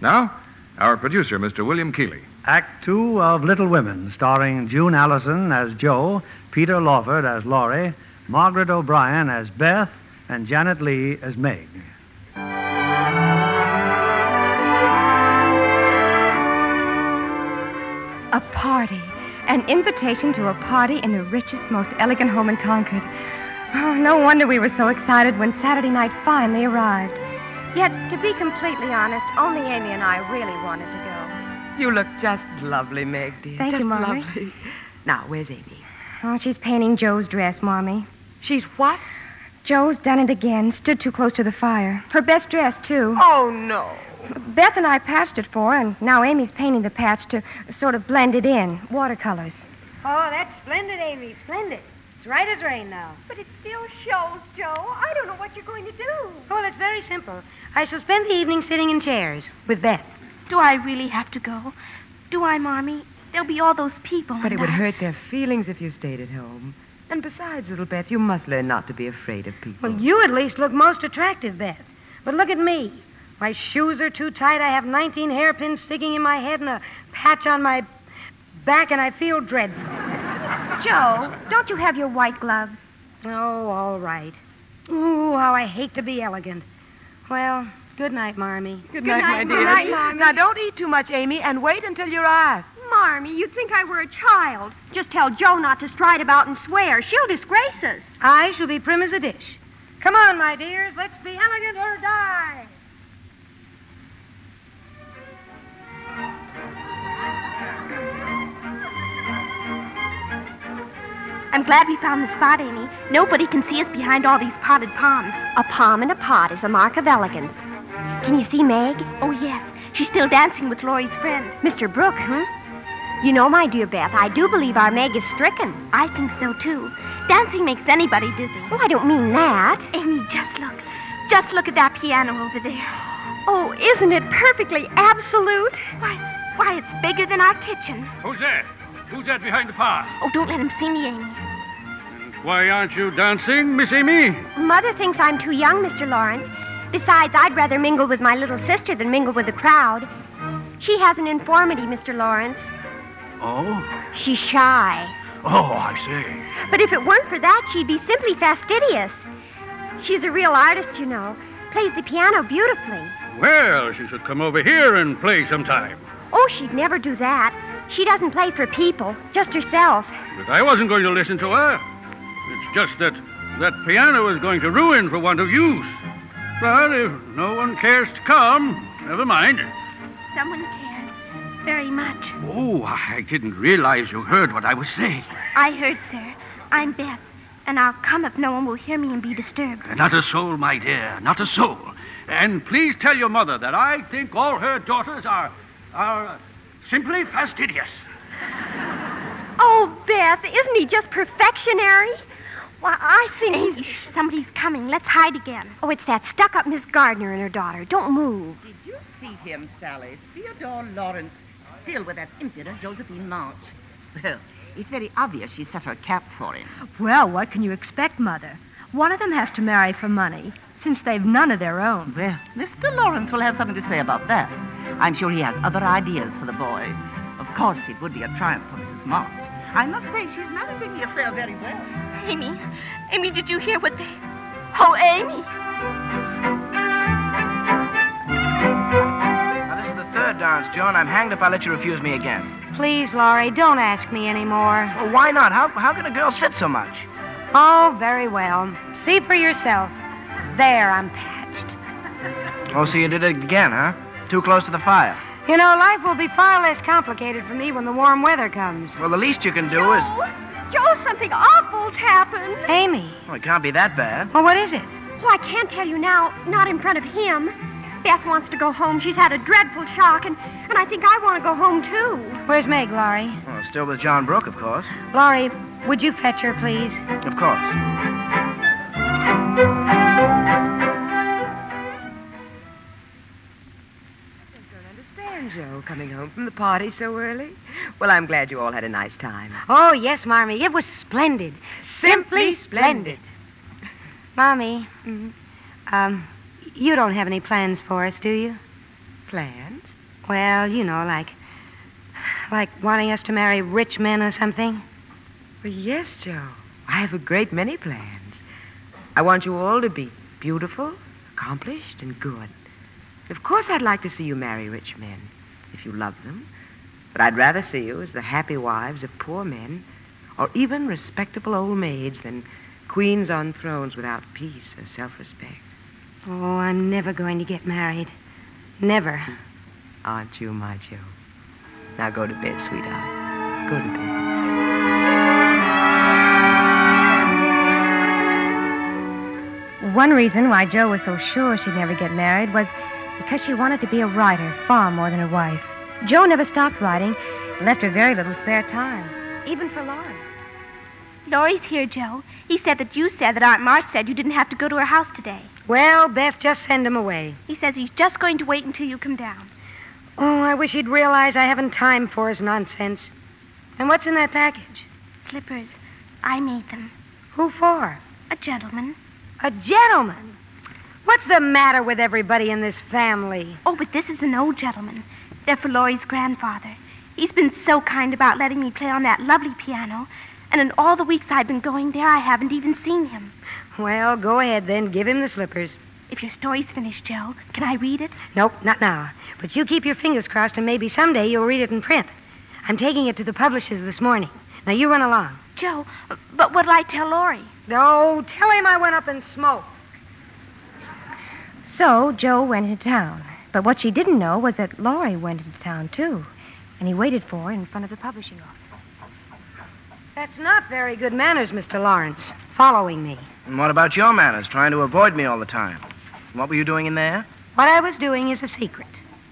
Speaker 1: Now, our producer, Mr. William Keeley.
Speaker 2: Act two of Little Women, starring June Allison as Joe, Peter Lawford as Laurie, Margaret O'Brien as Beth, and Janet Lee as Meg.
Speaker 7: A party. An invitation to a party in the richest, most elegant home in Concord. Oh, no wonder we were so excited when Saturday night finally arrived.
Speaker 5: Yet, to be completely honest, only Amy and I really wanted to go.
Speaker 10: You look just lovely, Meg, dear.
Speaker 7: Thank
Speaker 10: just
Speaker 7: you, Margaret.
Speaker 10: lovely. Now, where's Amy?
Speaker 7: Oh, she's painting Joe's dress, Mommy.
Speaker 10: She's what?
Speaker 7: Joe's done it again. Stood too close to the fire. Her best dress, too.
Speaker 10: Oh, no.
Speaker 7: Beth and I patched it for her, and now Amy's painting the patch to sort of blend it in. Watercolors.
Speaker 6: Oh, that's splendid, Amy. Splendid. It's right as rain now.
Speaker 5: But it still shows, Joe. I don't know what you're going to do.
Speaker 6: Well, it's very simple. I shall spend the evening sitting in chairs with Beth.
Speaker 4: Do I really have to go? Do I, Marmee? There'll be all those people.
Speaker 10: But it
Speaker 4: and
Speaker 10: would
Speaker 4: I-
Speaker 10: hurt their feelings if you stayed at home. And besides, little Beth, you must learn not to be afraid of people.
Speaker 6: Well, you at least look most attractive, Beth. But look at me. My shoes are too tight. I have 19 hairpins sticking in my head and a patch on my back, and I feel dreadful.
Speaker 5: Joe, don't you have your white gloves?
Speaker 6: Oh, all right. Ooh, how I hate to be elegant. Well, good night, Marmy.
Speaker 10: Good night, my dear. Now, don't eat too much, Amy, and wait until you're asked.
Speaker 5: Marmy, you'd think I were a child. Just tell Joe not to stride about and swear. She'll disgrace us.
Speaker 6: I shall be prim as a dish. Come on, my dears. Let's be elegant or die.
Speaker 4: I'm glad we found the spot, Amy. Nobody can see us behind all these potted palms.
Speaker 5: A palm in a pot is a mark of elegance. Can you see Meg?
Speaker 4: Oh, yes. She's still dancing with Laurie's friend.
Speaker 5: Mr. Brooke, hmm? You know, my dear Beth, I do believe our Meg is stricken.
Speaker 4: I think so, too. Dancing makes anybody dizzy.
Speaker 5: Oh, I don't mean that.
Speaker 4: Amy, just look. Just look at that piano over there.
Speaker 5: Oh, isn't it perfectly absolute?
Speaker 4: Why, why, it's bigger than our kitchen.
Speaker 13: Who's that? Who's that behind the bar?
Speaker 4: Oh, don't let him see me, Amy.
Speaker 13: Why aren't you dancing, Miss Amy?
Speaker 5: Mother thinks I'm too young, Mr. Lawrence. Besides, I'd rather mingle with my little sister than mingle with the crowd. She has an informity, Mr. Lawrence.
Speaker 13: Oh?
Speaker 5: She's shy.
Speaker 13: Oh, I see.
Speaker 5: But if it weren't for that, she'd be simply fastidious. She's a real artist, you know. Plays the piano beautifully.
Speaker 13: Well, she should come over here and play sometime.
Speaker 5: Oh, she'd never do that. She doesn't play for people, just herself.
Speaker 13: But I wasn't going to listen to her. It's just that that piano is going to ruin for want of use. But if no one cares to come, never mind.
Speaker 4: Someone cares very much.
Speaker 13: Oh, I didn't realize you heard what I was saying.
Speaker 4: I heard, sir. I'm Beth, and I'll come if no one will hear me and be disturbed.
Speaker 13: Not a soul, my dear, not a soul. And please tell your mother that I think all her daughters are are simply fastidious.
Speaker 5: Oh, Beth, isn't he just perfectionary? Why, I think he's.
Speaker 4: Somebody's coming. Let's hide again.
Speaker 5: Oh, it's that stuck up Miss Gardner and her daughter. Don't move.
Speaker 15: Did you see him, Sally? Theodore Lawrence, still with that impudent Josephine March. Well, it's very obvious she set her cap for him.
Speaker 16: Well, what can you expect, Mother? One of them has to marry for money, since they've none of their own.
Speaker 15: Well, Mr. Lawrence will have something to say about that. I'm sure he has other ideas for the boy. Of course, it would be a triumph for Mrs. March. I must say, she's managing the affair very well.
Speaker 4: Amy, Amy, did you hear what they. Oh, Amy!
Speaker 9: Now, this is the third dance, Joe, and I'm hanged if I let you refuse me again.
Speaker 6: Please, Laurie, don't ask me anymore.
Speaker 9: Well, why not? How, how can a girl sit so much?
Speaker 6: Oh, very well. See for yourself. There, I'm patched.
Speaker 9: Oh, so you did it again, huh? Too close to the fire.
Speaker 6: You know, life will be far less complicated for me when the warm weather comes.
Speaker 9: Well, the least you can do is.
Speaker 5: Joe, something awful's happened.
Speaker 6: Amy.
Speaker 9: Well, it can't be that bad.
Speaker 6: Well, what is it?
Speaker 5: Oh, I can't tell you now. Not in front of him. Beth wants to go home. She's had a dreadful shock, and, and I think I want to go home, too.
Speaker 6: Where's Meg, Laurie?
Speaker 9: Well, still with John Brooke, of course.
Speaker 6: Laurie, would you fetch her, please?
Speaker 9: Of course.
Speaker 10: Understand, Joe, coming home from the party so early? Well, I'm glad you all had a nice time.
Speaker 6: Oh, yes, Marmy. It was splendid. Simply splendid. Mommy, mm-hmm. um, You don't have any plans for us, do you? Plans? Well, you know, like. like wanting us to marry rich men or something.
Speaker 10: Well, yes, Joe. I have a great many plans. I want you all to be beautiful, accomplished, and good. Of course, I'd like to see you marry rich men, if you love them. But I'd rather see you as the happy wives of poor men, or even respectable old maids, than queens on thrones without peace or self respect.
Speaker 6: Oh, I'm never going to get married. Never.
Speaker 10: Aren't you, my Joe? Now go to bed, sweetheart. Go to bed.
Speaker 7: One reason why Jo was so sure she'd never get married was because she wanted to be a writer far more than a wife. Jo never stopped writing, It left her very little spare time, even for Lawrence.
Speaker 4: Laurie's here, Joe. He said that you said that Aunt March said you didn't have to go to her house today.
Speaker 6: Well, Beth, just send him away.
Speaker 4: He says he's just going to wait until you come down.
Speaker 6: Oh, I wish he'd realize I haven't time for his nonsense. And what's in that package?
Speaker 4: Slippers. I made them.
Speaker 6: Who for?
Speaker 4: A gentleman.
Speaker 6: A gentleman? What's the matter with everybody in this family?
Speaker 4: Oh, but this is an old gentleman. They're for Laurie's grandfather. He's been so kind about letting me play on that lovely piano, and in all the weeks I've been going there, I haven't even seen him.
Speaker 6: Well, go ahead then. Give him the slippers.
Speaker 4: If your story's finished, Joe, can I read it?
Speaker 6: Nope, not now. But you keep your fingers crossed, and maybe someday you'll read it in print. I'm taking it to the publishers this morning. Now you run along.
Speaker 4: Joe, but what'll I tell Laurie?
Speaker 6: No, tell him I went up and smoked.
Speaker 7: So Jo went into town. But what she didn't know was that Laurie went into town, too. And he waited for her in front of the publishing office.
Speaker 6: That's not very good manners, Mr. Lawrence, following me.
Speaker 9: And what about your manners, trying to avoid me all the time? What were you doing in there?
Speaker 6: What I was doing is a secret.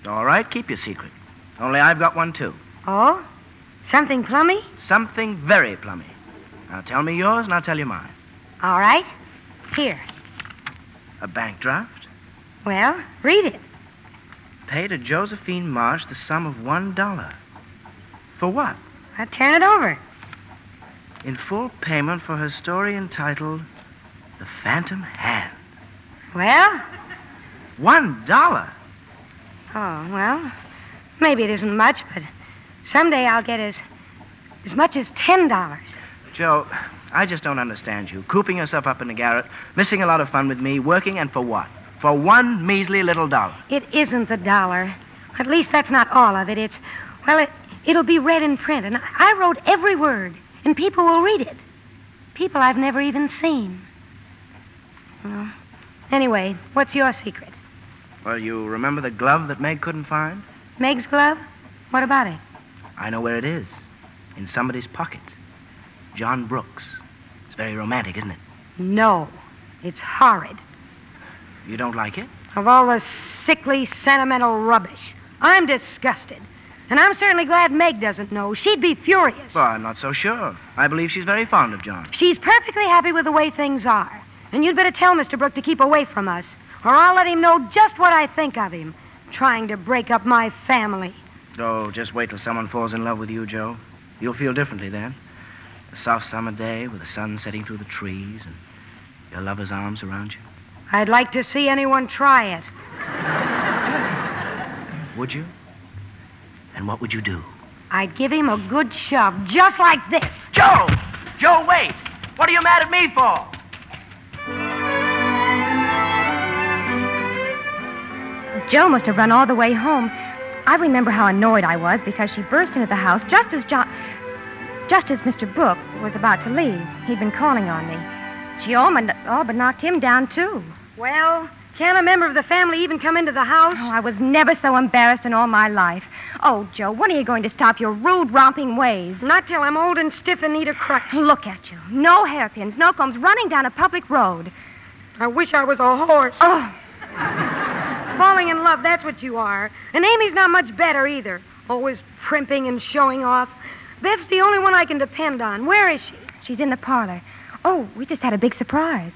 Speaker 9: All right, keep your secret. Only I've got one, too.
Speaker 6: Oh? Something plummy?
Speaker 9: Something very plummy. Now tell me yours, and I'll tell you mine.
Speaker 6: All right. Here.
Speaker 9: A bank draft?
Speaker 6: Well, read it.
Speaker 9: Pay to Josephine Marsh the sum of one dollar. For what?
Speaker 6: Now turn it over.
Speaker 9: In full payment for her story entitled The Phantom Hand.
Speaker 6: Well?
Speaker 9: One dollar?
Speaker 6: Oh, well, maybe it isn't much, but someday I'll get as, as much as ten dollars.
Speaker 9: Joe, I just don't understand you. Cooping yourself up in the garret, missing a lot of fun with me, working, and for what? For one measly little dollar.
Speaker 6: It isn't the dollar. At least that's not all of it. It's, well, it, it'll be read in print, and I wrote every word, and people will read it. People I've never even seen. Well, anyway, what's your secret?
Speaker 9: Well, you remember the glove that Meg couldn't find?
Speaker 6: Meg's glove? What about it?
Speaker 9: I know where it is. In somebody's pocket. John Brooks. It's very romantic, isn't it?
Speaker 6: No. It's horrid.
Speaker 9: You don't like it?
Speaker 6: Of all the sickly, sentimental rubbish. I'm disgusted. And I'm certainly glad Meg doesn't know. She'd be furious.
Speaker 9: Well, I'm not so sure. I believe she's very fond of John.
Speaker 6: She's perfectly happy with the way things are. And you'd better tell Mr. Brooke to keep away from us, or I'll let him know just what I think of him, trying to break up my family.
Speaker 9: Oh, just wait till someone falls in love with you, Joe. You'll feel differently then. A soft summer day with the sun setting through the trees and your lover's arms around you.
Speaker 6: I'd like to see anyone try it.
Speaker 9: Would you? And what would you do?
Speaker 6: I'd give him a good shove, just like this.
Speaker 9: Joe! Joe, wait! What are you mad at me for?
Speaker 7: Jo must have run all the way home. I remember how annoyed I was because she burst into the house just as John. Just as Mr. Brooke was about to leave, he'd been calling on me. She all but, all but knocked him down, too.
Speaker 6: Well, can a member of the family even come into the house?
Speaker 7: Oh, I was never so embarrassed in all my life. Oh, Joe, when are you going to stop your rude, romping ways?
Speaker 6: Not till I'm old and stiff and need a crutch.
Speaker 7: Look at you. No hairpins, no combs, running down a public road.
Speaker 6: I wish I was a horse.
Speaker 7: Oh.
Speaker 6: Falling in love, that's what you are. And Amy's not much better either. Always primping and showing off. Beth's the only one I can depend on. Where is she?
Speaker 7: She's in the parlor. Oh, we just had a big surprise.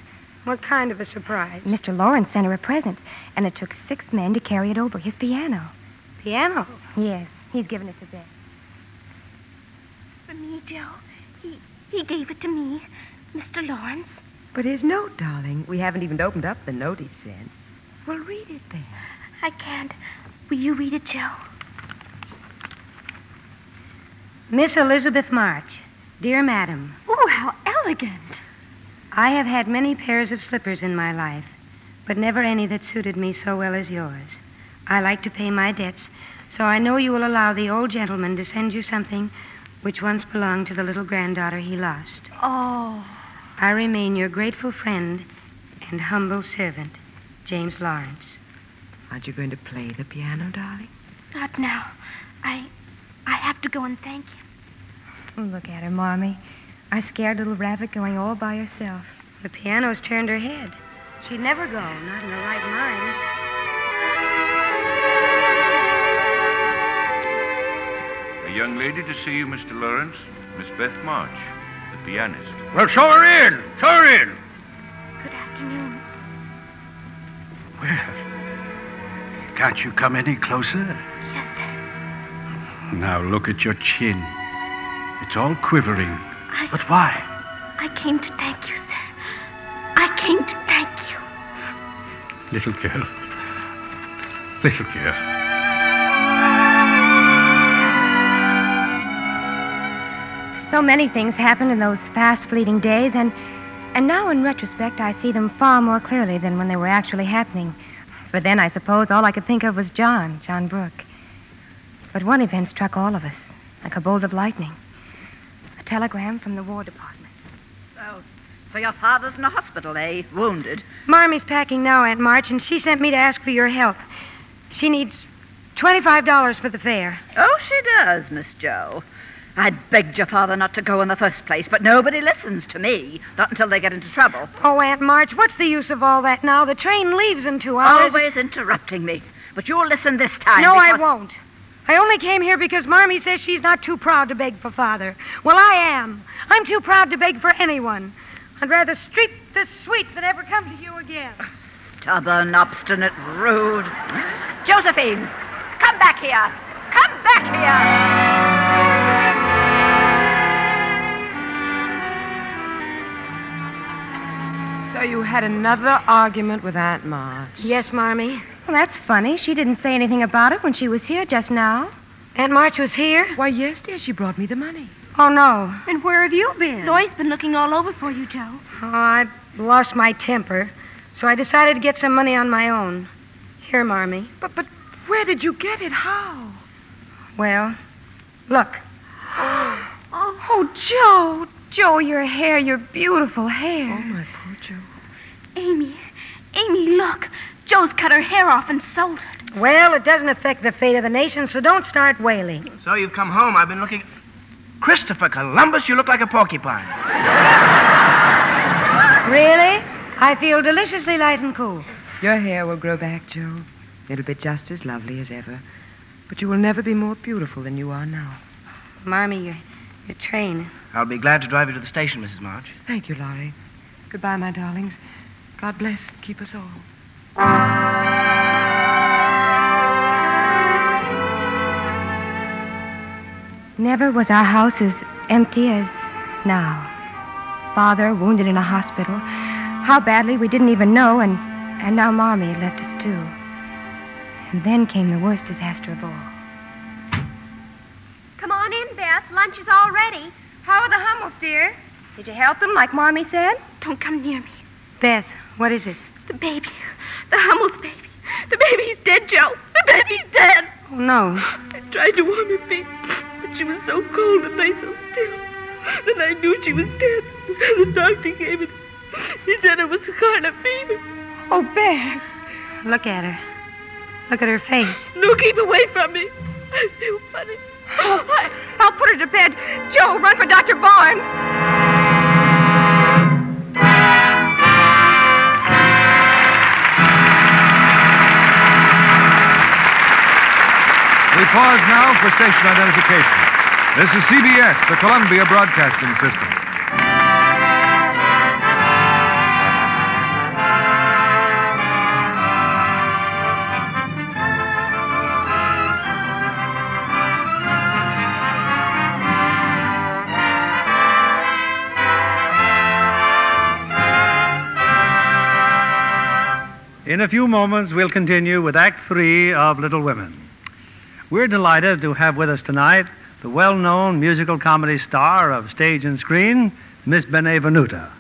Speaker 6: What kind of a surprise?
Speaker 7: Mr. Lawrence sent her a present, and it took six men to carry it over his piano.
Speaker 6: Piano?
Speaker 7: Yes, he's given it to Beth.
Speaker 4: For me, Joe. He, he gave it to me, Mr. Lawrence.
Speaker 10: But his note, darling. We haven't even opened up the note he sent.
Speaker 15: Well, read it then.
Speaker 4: I can't. Will you read it, Joe?
Speaker 6: Miss Elizabeth March, dear madam.
Speaker 4: Oh, how elegant.
Speaker 6: I have had many pairs of slippers in my life, but never any that suited me so well as yours. I like to pay my debts, so I know you will allow the old gentleman to send you something which once belonged to the little granddaughter he lost.
Speaker 4: Oh.
Speaker 6: I remain your grateful friend and humble servant, James Lawrence.
Speaker 10: Aren't you going to play the piano, darling?
Speaker 4: Not now. I. I have to go and thank him.
Speaker 17: Look at her, Mommy. I scared little rabbit going all by herself.
Speaker 6: The piano's turned her head. She'd never go, not in her right mind.
Speaker 18: A young lady to see you, Mr. Lawrence. Miss Beth March, the pianist.
Speaker 13: Well, show her in. Show her in.
Speaker 4: Good afternoon.
Speaker 19: Can't you come any closer?
Speaker 4: Yes, sir.
Speaker 19: Now look at your chin. It's all quivering. But why?
Speaker 4: I came to thank you, sir. I came to thank you.
Speaker 19: Little girl. Little girl.
Speaker 7: So many things happened in those fast fleeting days, and and now in retrospect I see them far more clearly than when they were actually happening. For then I suppose all I could think of was John, John Brooke. But one event struck all of us, like a bolt of lightning. A telegram from the War Department.
Speaker 11: So, Oh, so your father's in the hospital, eh? Wounded.
Speaker 6: Marmy's packing now, Aunt March, and she sent me to ask for your help. She needs $25 for the fare.
Speaker 11: Oh, she does, Miss Joe. I begged your father not to go in the first place, but nobody listens to me. Not until they get into trouble.
Speaker 6: Oh, Aunt March, what's the use of all that now? The train leaves in two hours.
Speaker 11: Always interrupting me. But you'll listen this time.
Speaker 6: no, I
Speaker 11: because-
Speaker 6: won't. I only came here because Marmy says she's not too proud to beg for Father. Well, I am. I'm too proud to beg for anyone. I'd rather streak the sweets than ever come to you again.
Speaker 11: Stubborn, obstinate, rude. Josephine, come back here. Come back here.
Speaker 10: So you had another argument with Aunt March.
Speaker 6: Yes, Marmy.
Speaker 7: Well, that's funny. She didn't say anything about it when she was here just now.
Speaker 6: Aunt March was here?
Speaker 10: Why, yes, dear. She brought me the money.
Speaker 6: Oh, no.
Speaker 4: And where have you been? Lloyd's been looking all over for you, Joe.
Speaker 6: Oh, I lost my temper, so I decided to get some money on my own. Here, Marmy.
Speaker 10: But, but where did you get it? How?
Speaker 6: Well, look.
Speaker 7: Oh, Joe, Joe, your hair, your beautiful hair. Oh,
Speaker 10: my poor Joe.
Speaker 4: Amy, Amy, look. Joe's cut her hair off and sold it.
Speaker 6: Well, it doesn't affect the fate of the nation, so don't start wailing.
Speaker 9: So you've come home. I've been looking. Christopher Columbus, you look like a porcupine.
Speaker 6: Really? I feel deliciously light and cool.
Speaker 10: Your hair will grow back, Joe. It'll be just as lovely as ever. But you will never be more beautiful than you are now.
Speaker 6: Marmy, your, your train.
Speaker 9: I'll be glad to drive you to the station, Mrs. March.
Speaker 10: Thank you, Laurie. Goodbye, my darlings. God bless and keep us all.
Speaker 7: Never was our house as empty as now. Father wounded in a hospital. How badly we didn't even know, and, and now Mommy left us too. And then came the worst disaster of all.
Speaker 5: Come on in, Beth. Lunch is all ready. How are the Hummels, dear? Did you help them, like Mommy said?
Speaker 4: Don't come near me.
Speaker 6: Beth, what is it?
Speaker 4: The baby. The Hummel's baby. The baby's dead, Joe. The baby's dead.
Speaker 6: Oh, no.
Speaker 20: I tried to warm her feet, but she was so cold and lay so still. Then I knew she was dead. The doctor gave it. He said it was scarlet fever.
Speaker 6: Oh, Beth. Look at her. Look at her face.
Speaker 20: No, keep away from me. I feel funny.
Speaker 5: I, I'll put her to bed. Joe, run for Dr. Barnes.
Speaker 12: We pause now for station identification. This is CBS, the Columbia Broadcasting System.
Speaker 2: In a few moments, we'll continue with Act Three of Little Women. We're delighted to have with us tonight the well known musical comedy star of stage and screen, Miss Benevenuta.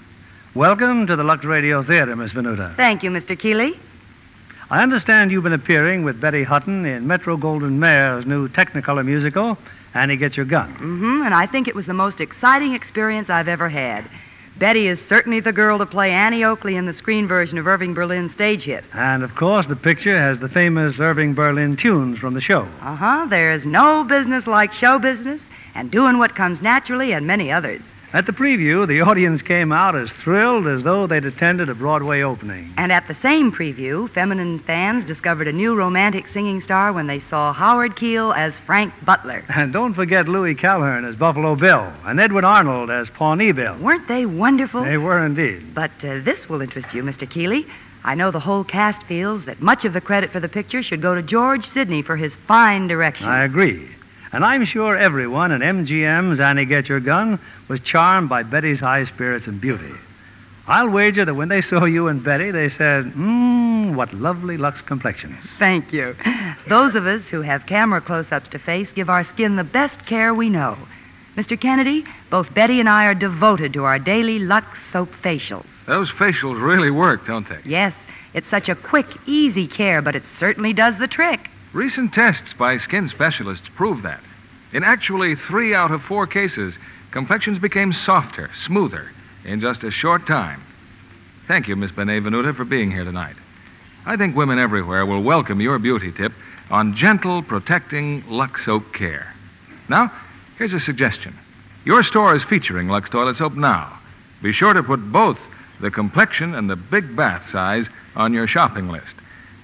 Speaker 2: Welcome to the Lux Radio Theater, Miss Venuta.
Speaker 6: Thank you, Mr. Keeley.
Speaker 2: I understand you've been appearing with Betty Hutton in Metro Goldwyn Mayer's new Technicolor musical, Annie Get Your Gun.
Speaker 21: Mm-hmm, and I think it was the most exciting experience I've ever had. Betty is certainly the girl to play Annie Oakley in the screen version of Irving Berlin's stage hit.
Speaker 2: And of course, the picture has the famous Irving Berlin tunes from the show.
Speaker 21: Uh huh. There is no business like show business and doing what comes naturally, and many others.
Speaker 2: At the preview, the audience came out as thrilled as though they'd attended a Broadway opening.
Speaker 21: And at the same preview, feminine fans discovered a new romantic singing star when they saw Howard Keel as Frank Butler.
Speaker 2: And don't forget Louis Calhern as Buffalo Bill and Edward Arnold as Pawnee Bill.
Speaker 21: Weren't they wonderful?
Speaker 2: They were indeed.
Speaker 21: But uh, this will interest you, Mr. Keeley. I know the whole cast feels that much of the credit for the picture should go to George Sidney for his fine direction.
Speaker 2: I agree. And I'm sure everyone in MGM's Annie Get Your Gun was charmed by Betty's high spirits and beauty. I'll wager that when they saw you and Betty, they said, Mmm, what lovely Lux complexions.
Speaker 21: Thank you. Those of us who have camera close ups to face give our skin the best care we know. Mr. Kennedy, both Betty and I are devoted to our daily Lux soap facials.
Speaker 1: Those facials really work, don't they?
Speaker 21: Yes, it's such a quick, easy care, but it certainly does the trick.
Speaker 1: Recent tests by skin specialists prove that. In actually three out of four cases, complexions became softer, smoother, in just a short time. Thank you, Miss Benevenuta, for being here tonight. I think women everywhere will welcome your beauty tip on gentle, protecting Lux Soap Care. Now, here's a suggestion. Your store is featuring Lux Toilet Soap now. Be sure to put both the complexion and the big bath size on your shopping list.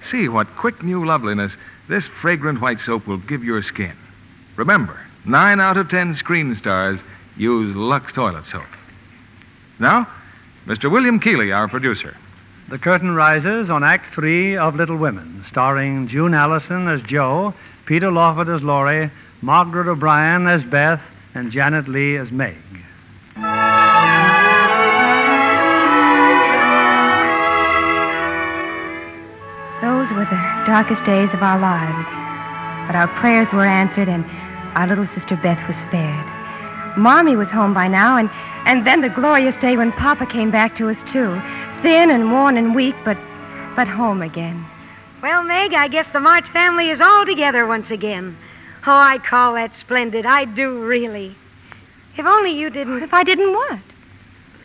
Speaker 1: See what quick new loveliness this fragrant white soap will give your skin. Remember, nine out of ten screen stars use Lux toilet soap. Now, Mr. William Keeley, our producer.
Speaker 2: The curtain rises on Act Three of Little Women, starring June Allison as Joe, Peter Lawford as Laurie, Margaret O'Brien as Beth, and Janet Lee as Meg.
Speaker 5: Those were the darkest days of our lives. But our prayers were answered, and our little sister Beth was spared. Mommy was home by now, and, and then the glorious day when Papa came back to us, too. Thin and worn and weak, but, but home again.
Speaker 6: Well, Meg, I guess the March family is all together once again. Oh, I call that splendid. I do, really. If only you didn't.
Speaker 5: If I didn't what?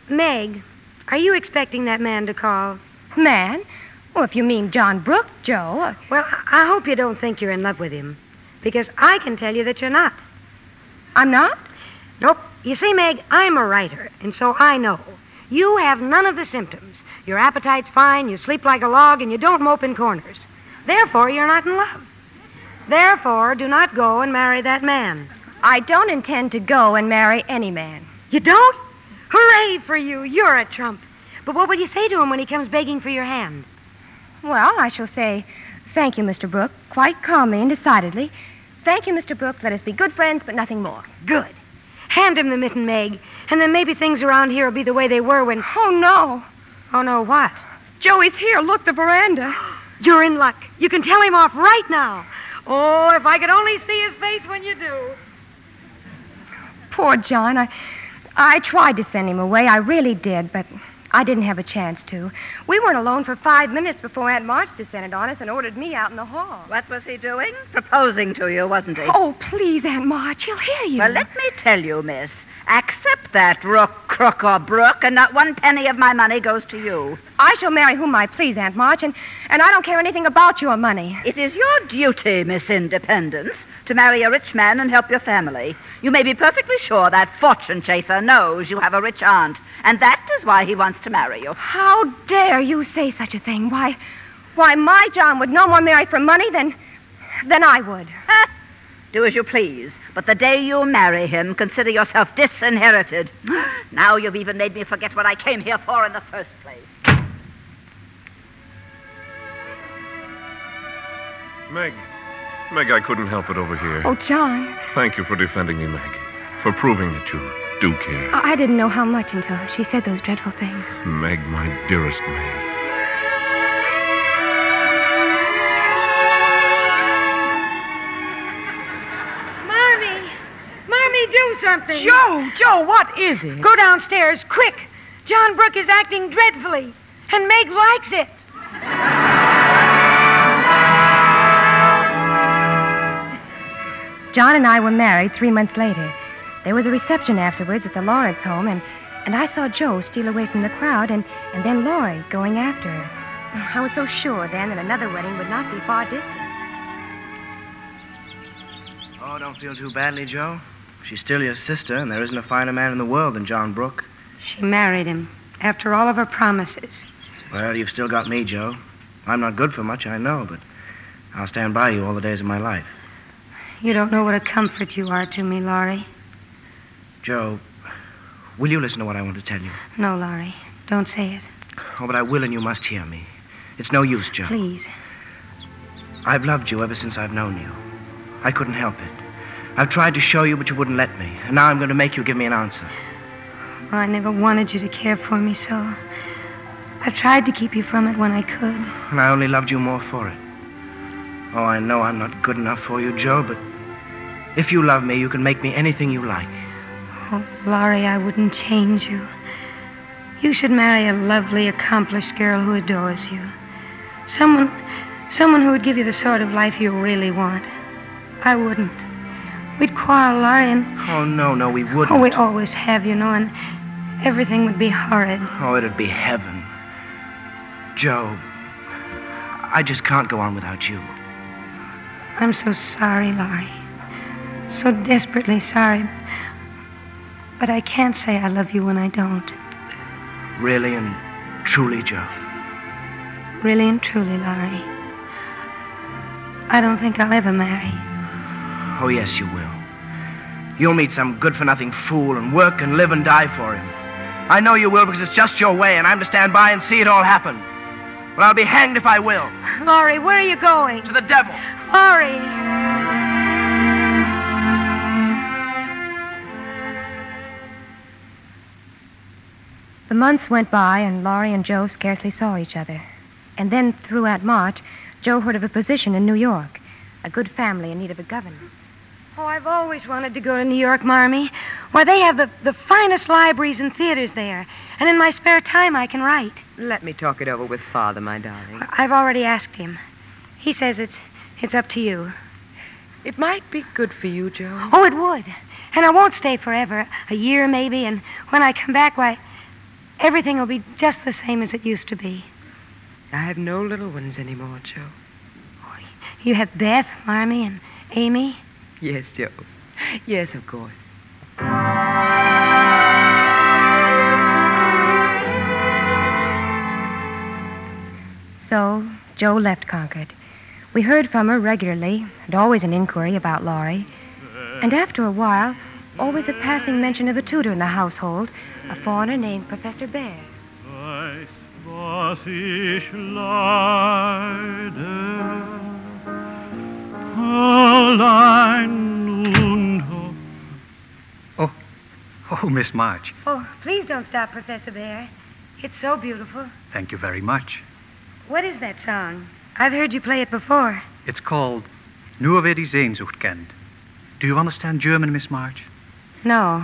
Speaker 6: Meg, are you expecting that man to call?
Speaker 5: Man? Well, if you mean John Brooke, Joe. uh,
Speaker 6: Well, I hope you don't think you're in love with him, because I can tell you that you're not.
Speaker 5: I'm not?
Speaker 6: Nope. You see, Meg, I'm a writer, and so I know. You have none of the symptoms. Your appetite's fine, you sleep like a log, and you don't mope in corners. Therefore, you're not in love. Therefore, do not go and marry that man.
Speaker 5: I don't intend to go and marry any man.
Speaker 6: You don't? Hooray for you! You're a trump. But what will you say to him when he comes begging for your hand?
Speaker 5: Well, I shall say, thank you, Mr. Brooke, quite calmly and decidedly. Thank you, Mr. Brooke. Let us be good friends, but nothing more.
Speaker 6: Good. Hand him the mitten, Meg, and then maybe things around here will be the way they were when.
Speaker 5: Oh, no.
Speaker 6: Oh, no, what?
Speaker 5: Joey's here. Look, the veranda.
Speaker 6: You're in luck. You can tell him off right now. Oh, if I could only see his face when you do.
Speaker 5: Poor John. I, I tried to send him away. I really did, but I didn't have a chance to. We weren't alone for five minutes before Aunt March descended on us and ordered me out in the hall.
Speaker 11: What was he doing? Proposing to you, wasn't he?
Speaker 5: Oh, please, Aunt March, he'll hear you.
Speaker 11: Well, let me tell you, miss. Accept that rook, crook, or brook, and not one penny of my money goes to you.
Speaker 5: I shall marry whom I please, Aunt March, and, and I don't care anything about your money.
Speaker 11: It is your duty, Miss Independence, to marry a rich man and help your family. You may be perfectly sure that fortune chaser knows you have a rich aunt, and that is why he wants to marry you.
Speaker 5: How dare you say such a thing? Why, why, my John would no more marry for money than, than I would.
Speaker 11: Do as you please, but the day you marry him, consider yourself disinherited. now you've even made me forget what I came here for in the first place.
Speaker 18: Meg. Meg, I couldn't help it over here.
Speaker 5: Oh, John,
Speaker 18: Thank you for defending me, Meg. For proving that you do care.
Speaker 5: I I didn't know how much until she said those dreadful things.
Speaker 18: Meg, my dearest Meg.
Speaker 6: something.
Speaker 22: Joe, Joe, what is it?
Speaker 6: Go downstairs, quick. John Brooke is acting dreadfully, and Meg likes it.
Speaker 23: John and I were married three months later. There was a reception afterwards at the Lawrence home, and, and I saw Joe steal away from the crowd, and, and then Laurie going after her. I was so sure then that another wedding would not be far distant.
Speaker 9: Oh, don't feel too badly, Joe. She's still your sister, and there isn't a finer man in the world than John Brooke.
Speaker 6: She married him after all of her promises.
Speaker 9: Well, you've still got me, Joe. I'm not good for much, I know, but I'll stand by you all the days of my life.
Speaker 6: You don't know what a comfort you are to me, Laurie.
Speaker 9: Joe, will you listen to what I want to tell you?
Speaker 6: No, Laurie, don't say it.
Speaker 9: Oh, but I will, and you must hear me. It's no use, Joe.
Speaker 6: Please.
Speaker 9: I've loved you ever since I've known you. I couldn't help it. I've tried to show you, but you wouldn't let me. And now I'm going to make you give me an answer.
Speaker 6: Oh, I never wanted you to care for me so. I tried to keep you from it when I could.
Speaker 9: And I only loved you more for it. Oh, I know I'm not good enough for you, Joe, but if you love me, you can make me anything you like.
Speaker 6: Oh, Laurie, I wouldn't change you. You should marry a lovely, accomplished girl who adores you. Someone, someone who would give you the sort of life you really want. I wouldn't. We'd quarrel, Laurie, and
Speaker 9: Oh, no, no, we wouldn't.
Speaker 6: oh, we always have, you know, and everything would be horrid.
Speaker 9: Oh, it'd be heaven. Joe, I just can't go on without you.
Speaker 6: I'm so sorry, Laurie. So desperately sorry. But I can't say I love you when I don't.
Speaker 9: Really and truly, Joe.
Speaker 6: Really and truly, Laurie. I don't think I'll ever marry.
Speaker 9: Oh, yes, you will. You'll meet some good for nothing fool and work and live and die for him. I know you will because it's just your way, and I'm to stand by and see it all happen. Well, I'll be hanged if I will.
Speaker 6: Laurie, where are you going?
Speaker 9: To the devil.
Speaker 6: Laurie!
Speaker 23: The months went by, and Laurie and Joe scarcely saw each other. And then, throughout March, Joe heard of a position in New York, a good family in need of a governess.
Speaker 6: Oh, I've always wanted to go to New York, Marmy. Why, they have the, the finest libraries and theaters there. And in my spare time, I can write.
Speaker 10: Let me talk it over with Father, my darling.
Speaker 6: I've already asked him. He says it's, it's up to you.
Speaker 10: It might be good for you, Joe.
Speaker 6: Oh, it would. And I won't stay forever, a year maybe, and when I come back, why, everything will be just the same as it used to be.
Speaker 10: I have no little ones anymore, Joe.
Speaker 6: You have Beth, Marmy, and Amy.
Speaker 10: Yes, Joe. Yes, of course.
Speaker 23: So, Joe left Concord. We heard from her regularly, and always an inquiry about Laurie. And after a while, always a passing mention of a tutor in the household, a foreigner named Professor Bear.
Speaker 20: Was ich leide, allein nun
Speaker 8: Oh, Miss March,
Speaker 6: Oh, please don't stop, Professor Bear. It's so beautiful.
Speaker 8: thank you very much.
Speaker 6: What is that song? I've heard you play it before.
Speaker 8: It's called Nur wer die Sehnsucht kennt. Do you understand German, Miss March?
Speaker 6: No.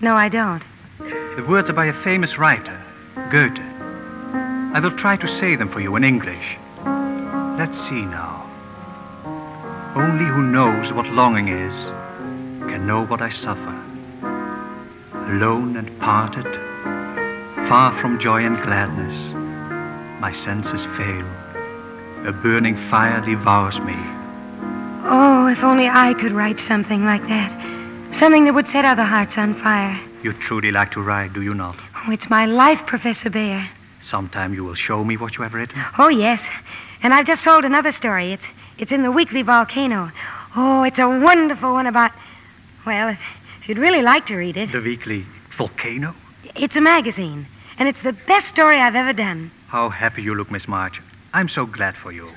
Speaker 6: No, I don't.
Speaker 8: The words are by a famous writer, Goethe. I will try to say them for you in English. Let's see now. Only who knows what longing is can know what I suffer. Alone and parted, far from joy and gladness, my senses fail. A burning fire devours me.
Speaker 6: Oh, if only I could write something like that. Something that would set other hearts on fire.
Speaker 8: You truly like to ride, do you not?
Speaker 6: Oh, it's my life, Professor Bear.
Speaker 8: Sometime you will show me what you have written.
Speaker 6: Oh, yes. And I've just sold another story. It's, it's in the Weekly Volcano. Oh, it's a wonderful one about. Well, if, if you'd really like to read it,
Speaker 8: The weekly volcano?
Speaker 6: it's a magazine. And it's the best story I've ever done.
Speaker 8: How happy you look, Miss March. I'm so glad for you.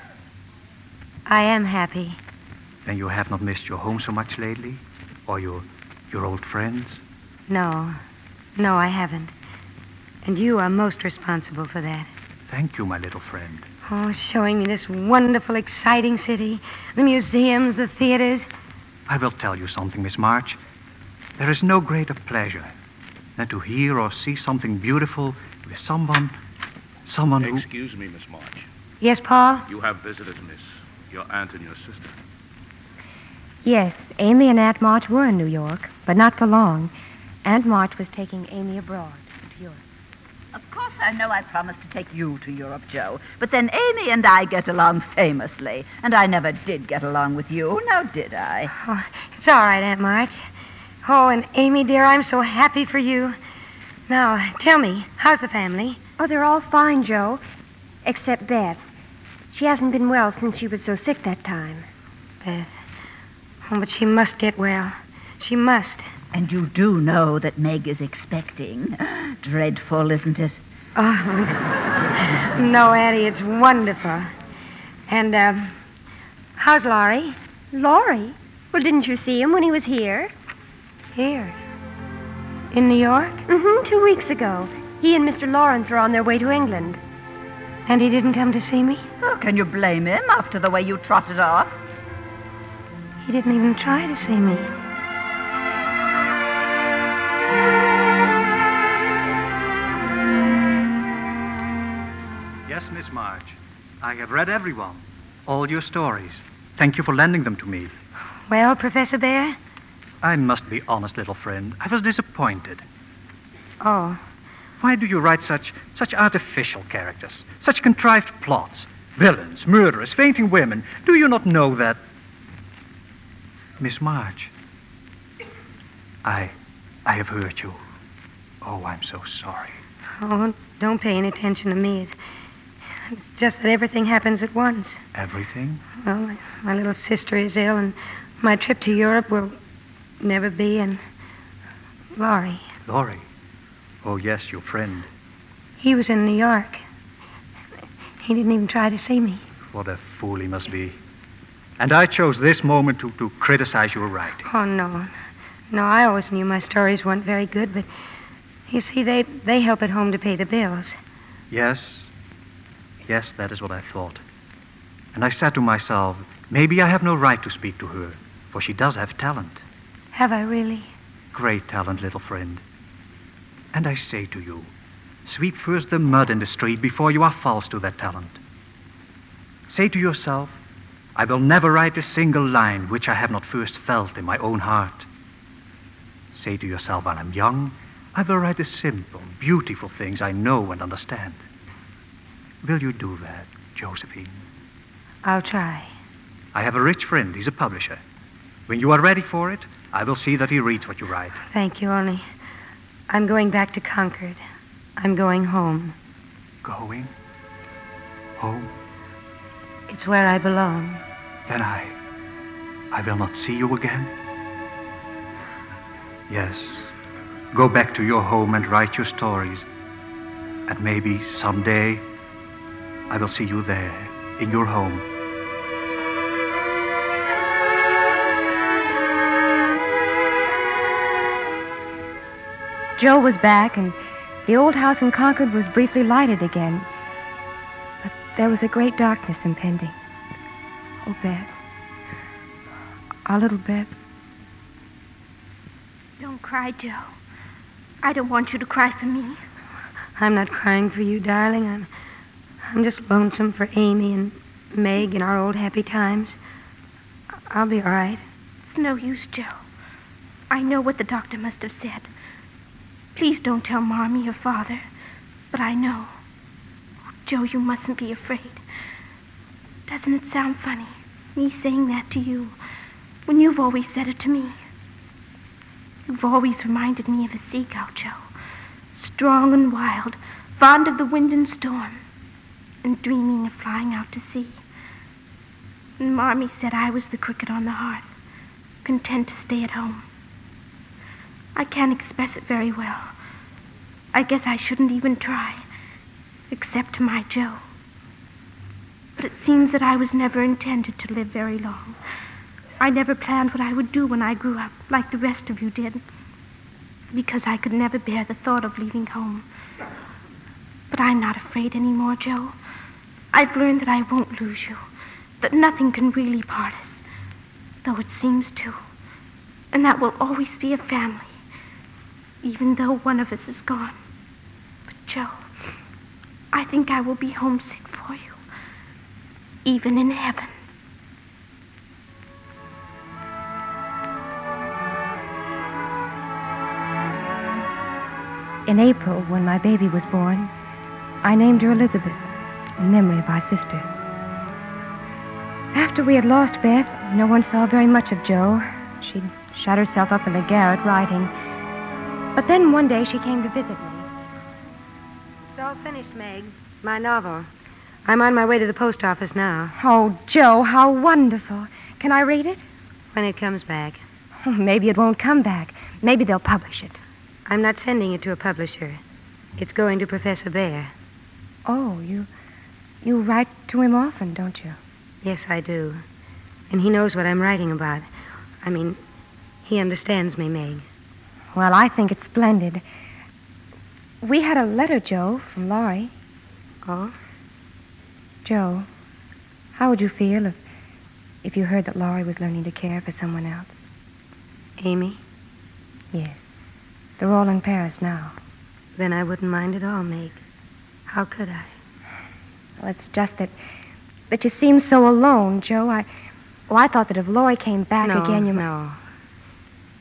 Speaker 6: I am happy.
Speaker 8: Then you have not missed your home so much lately? Or your your old friends?
Speaker 6: No. No, I haven't. And you are most responsible for that.
Speaker 8: Thank you, my little friend.
Speaker 6: Oh, showing me this wonderful, exciting city, the museums, the theaters.
Speaker 8: I will tell you something, Miss March. There is no greater pleasure than to hear or see something beautiful with someone, someone who.
Speaker 18: Excuse me, Miss March.
Speaker 6: Yes, Paul?
Speaker 18: You have visitors, miss. Your aunt and your sister.
Speaker 7: Yes, Amy and Aunt March were in New York, but not for long. Aunt March was taking Amy abroad to Europe.
Speaker 11: Of course, I know I promised to take you to Europe, Joe, but then Amy and I get along famously, and I never did get along with you, now did I?
Speaker 6: Oh, it's all right, Aunt March. Oh, and Amy, dear, I'm so happy for you. Now, tell me, how's the family?
Speaker 5: Oh, they're all fine, Joe, except Beth. She hasn't been well since she was so sick that time.
Speaker 6: Beth. Oh, but she must get well. She must.
Speaker 11: And you do know that Meg is expecting. Dreadful, isn't it?
Speaker 6: Oh, no, Addie, it's wonderful. And, um, how's Laurie?
Speaker 5: Laurie? Well, didn't you see him when he was here?
Speaker 6: Here? In New York?
Speaker 5: Mm-hmm, two weeks ago. He and Mr. Lawrence were on their way to England.
Speaker 6: And he didn't come to see me?
Speaker 11: Oh, can you blame him after the way you trotted off?
Speaker 6: He didn't even try to see me.
Speaker 8: Yes, Miss March. I have read every one, all your stories. Thank you for lending them to me.
Speaker 6: Well, Professor Bear?
Speaker 8: I must be honest, little friend. I was disappointed.
Speaker 6: Oh.
Speaker 8: Why do you write such such artificial characters, such contrived plots, villains, murderers, fainting women? Do you not know that, Miss March? I, I have hurt you. Oh, I'm so sorry.
Speaker 6: Oh, don't pay any attention to me. It's, it's just that everything happens at once.
Speaker 8: Everything?
Speaker 6: Well, my, my little sister is ill, and my trip to Europe will never be, and Laurie.
Speaker 8: Laurie. Oh yes, your friend.
Speaker 6: He was in New York. He didn't even try to see me.
Speaker 8: What a fool he must be. And I chose this moment to, to criticize your writing.
Speaker 6: Oh, no. No, I always knew my stories weren't very good, but you see, they, they help at home to pay the bills.
Speaker 8: Yes. Yes, that is what I thought. And I said to myself, maybe I have no right to speak to her, for she does have talent.
Speaker 6: Have I really?
Speaker 8: Great talent, little friend. And I say to you, sweep first the mud in the street before you are false to that talent. Say to yourself, I will never write a single line which I have not first felt in my own heart. Say to yourself, while I'm young, I will write the simple, beautiful things I know and understand. Will you do that, Josephine?
Speaker 6: I'll try.
Speaker 8: I have a rich friend. He's a publisher. When you are ready for it, I will see that he reads what you write.
Speaker 6: Thank you, only I'm going back to Concord. I'm going home.
Speaker 8: Going? Home?
Speaker 6: It's where I belong.
Speaker 8: Then I. I will not see you again? Yes. Go back to your home and write your stories. And maybe someday I will see you there, in your home.
Speaker 7: Joe was back, and the old house in Concord was briefly lighted again. But there was a great darkness impending. Oh, Beth. Our little Beth.
Speaker 4: Don't cry, Joe. I don't want you to cry for me.
Speaker 6: I'm not crying for you, darling. I'm, I'm just lonesome for Amy and Meg and our old happy times. I'll be all right.
Speaker 4: It's no use, Joe. I know what the doctor must have said. Please don't tell Mommy or Father, but I know. Oh, Joe, you mustn't be afraid. Doesn't it sound funny, me saying that to you, when you've always said it to me? You've always reminded me of a sea cow, Joe. Strong and wild, fond of the wind and storm, and dreaming of flying out to sea. And Mommy said I was the cricket on the hearth, content to stay at home. I can't express it very well. I guess I shouldn't even try, except to my Joe. But it seems that I was never intended to live very long. I never planned what I would do when I grew up, like the rest of you did, because I could never bear the thought of leaving home. But I'm not afraid any more, Joe. I've learned that I won't lose you, that nothing can really part us, though it seems to and that we'll always be a family, even though one of us is gone. But, Joe, I think I will be homesick for you, even in heaven.
Speaker 7: In April, when my baby was born, I named her Elizabeth in memory of our sister. After we had lost Beth, no one saw very much of Joe. She'd shut herself up in the garret writing. But then one day she came to visit me.
Speaker 6: It's all finished, Meg. My novel. I'm on my way to the post office now.
Speaker 7: Oh, Joe, how wonderful. Can I read it?
Speaker 6: When it comes back.
Speaker 7: Oh, Maybe it won't come back. Maybe they'll publish it.
Speaker 6: I'm not sending it to a publisher. It's going to Professor Baer.
Speaker 7: Oh, you you write to him often, don't you?
Speaker 6: Yes, I do. And he knows what I'm writing about. I mean, he understands me, Meg.
Speaker 7: Well, I think it's splendid. We had a letter, Joe, from Laurie.
Speaker 6: Oh?
Speaker 7: Joe, how would you feel if if you heard that Laurie was learning to care for someone else?
Speaker 6: Amy?
Speaker 7: Yes. They're all in Paris now.
Speaker 6: Then I wouldn't mind at all, Meg. How could I?
Speaker 7: Well, it's just that that you seem so alone, Joe. I well, I thought that if Laurie came back
Speaker 6: no,
Speaker 7: again, you might.
Speaker 6: no.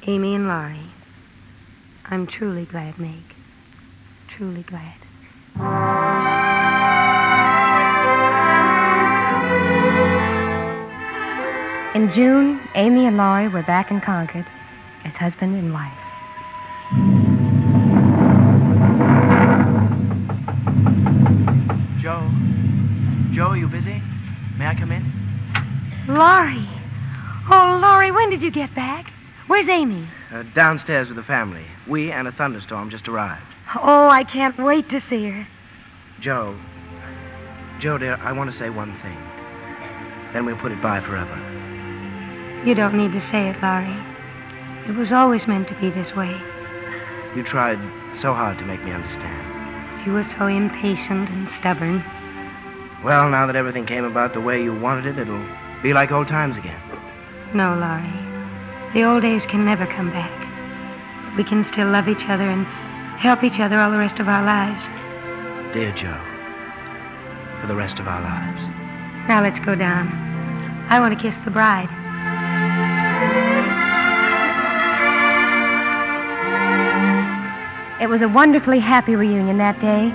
Speaker 6: Amy and Laurie. I'm truly glad, Meg. Truly glad.
Speaker 7: In June, Amy and Laurie were back in Concord as husband and wife.
Speaker 9: Joe. Joe, are you busy? May I come in?
Speaker 6: Laurie! Oh, Laurie, when did you get back? Where's Amy?
Speaker 9: Uh, downstairs with the family. We and a thunderstorm just arrived.
Speaker 6: Oh, I can't wait to see her.
Speaker 9: Joe. Joe, dear, I want to say one thing. Then we'll put it by forever.
Speaker 6: You don't need to say it, Laurie. It was always meant to be this way.
Speaker 9: You tried so hard to make me understand.
Speaker 6: You were so impatient and stubborn.
Speaker 9: Well, now that everything came about the way you wanted it, it'll be like old times again.
Speaker 6: No, Laurie. The old days can never come back. We can still love each other and help each other all the rest of our lives.
Speaker 9: Dear Joe, for the rest of our lives.
Speaker 6: Now let's go down. I want to kiss the bride.
Speaker 7: It was a wonderfully happy reunion that day.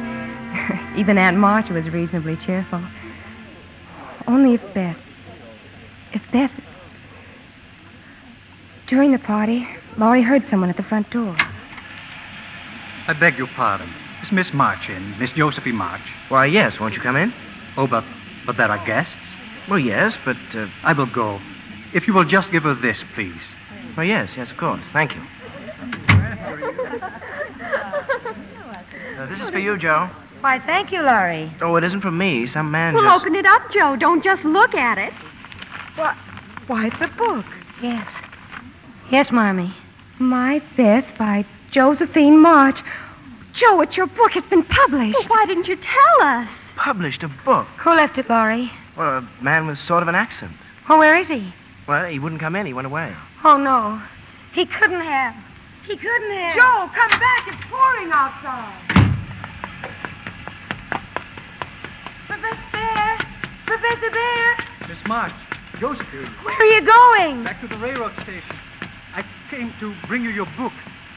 Speaker 7: Even Aunt Marcia was reasonably cheerful. Only if Beth. If Beth. During the party, Laurie heard someone at the front door.
Speaker 8: I beg your pardon. Is Miss March in? Miss Josephine March?
Speaker 9: Why, yes. Won't you come in?
Speaker 8: Oh, but but there are guests.
Speaker 9: Well, yes, but uh,
Speaker 8: I will go. If you will just give her this, please.
Speaker 9: Oh, yes, yes, of course. Thank you. Uh, this is for you, Joe.
Speaker 6: Why, thank you, Laurie.
Speaker 9: Oh, it isn't from me. Some man
Speaker 5: Well,
Speaker 9: just...
Speaker 5: open it up, Joe. Don't just look at it.
Speaker 6: What? Why, it's a book. Yes. Yes, Marmy.
Speaker 7: My Beth by Josephine March. Joe, it's your book. It's been published.
Speaker 5: Why didn't you tell us?
Speaker 9: published a book.
Speaker 6: Who left it, Laurie?
Speaker 9: Well, a man with sort of an accent.
Speaker 6: Oh, where is he?
Speaker 9: Well, he wouldn't come in. He went away.
Speaker 6: Oh, no. He couldn't have. He couldn't have.
Speaker 24: Joe, come back. It's pouring outside. Professor Bear. Professor Bear.
Speaker 8: Miss March, Josephine.
Speaker 6: Where are you going?
Speaker 8: Back to the railroad station. I came to bring you your book.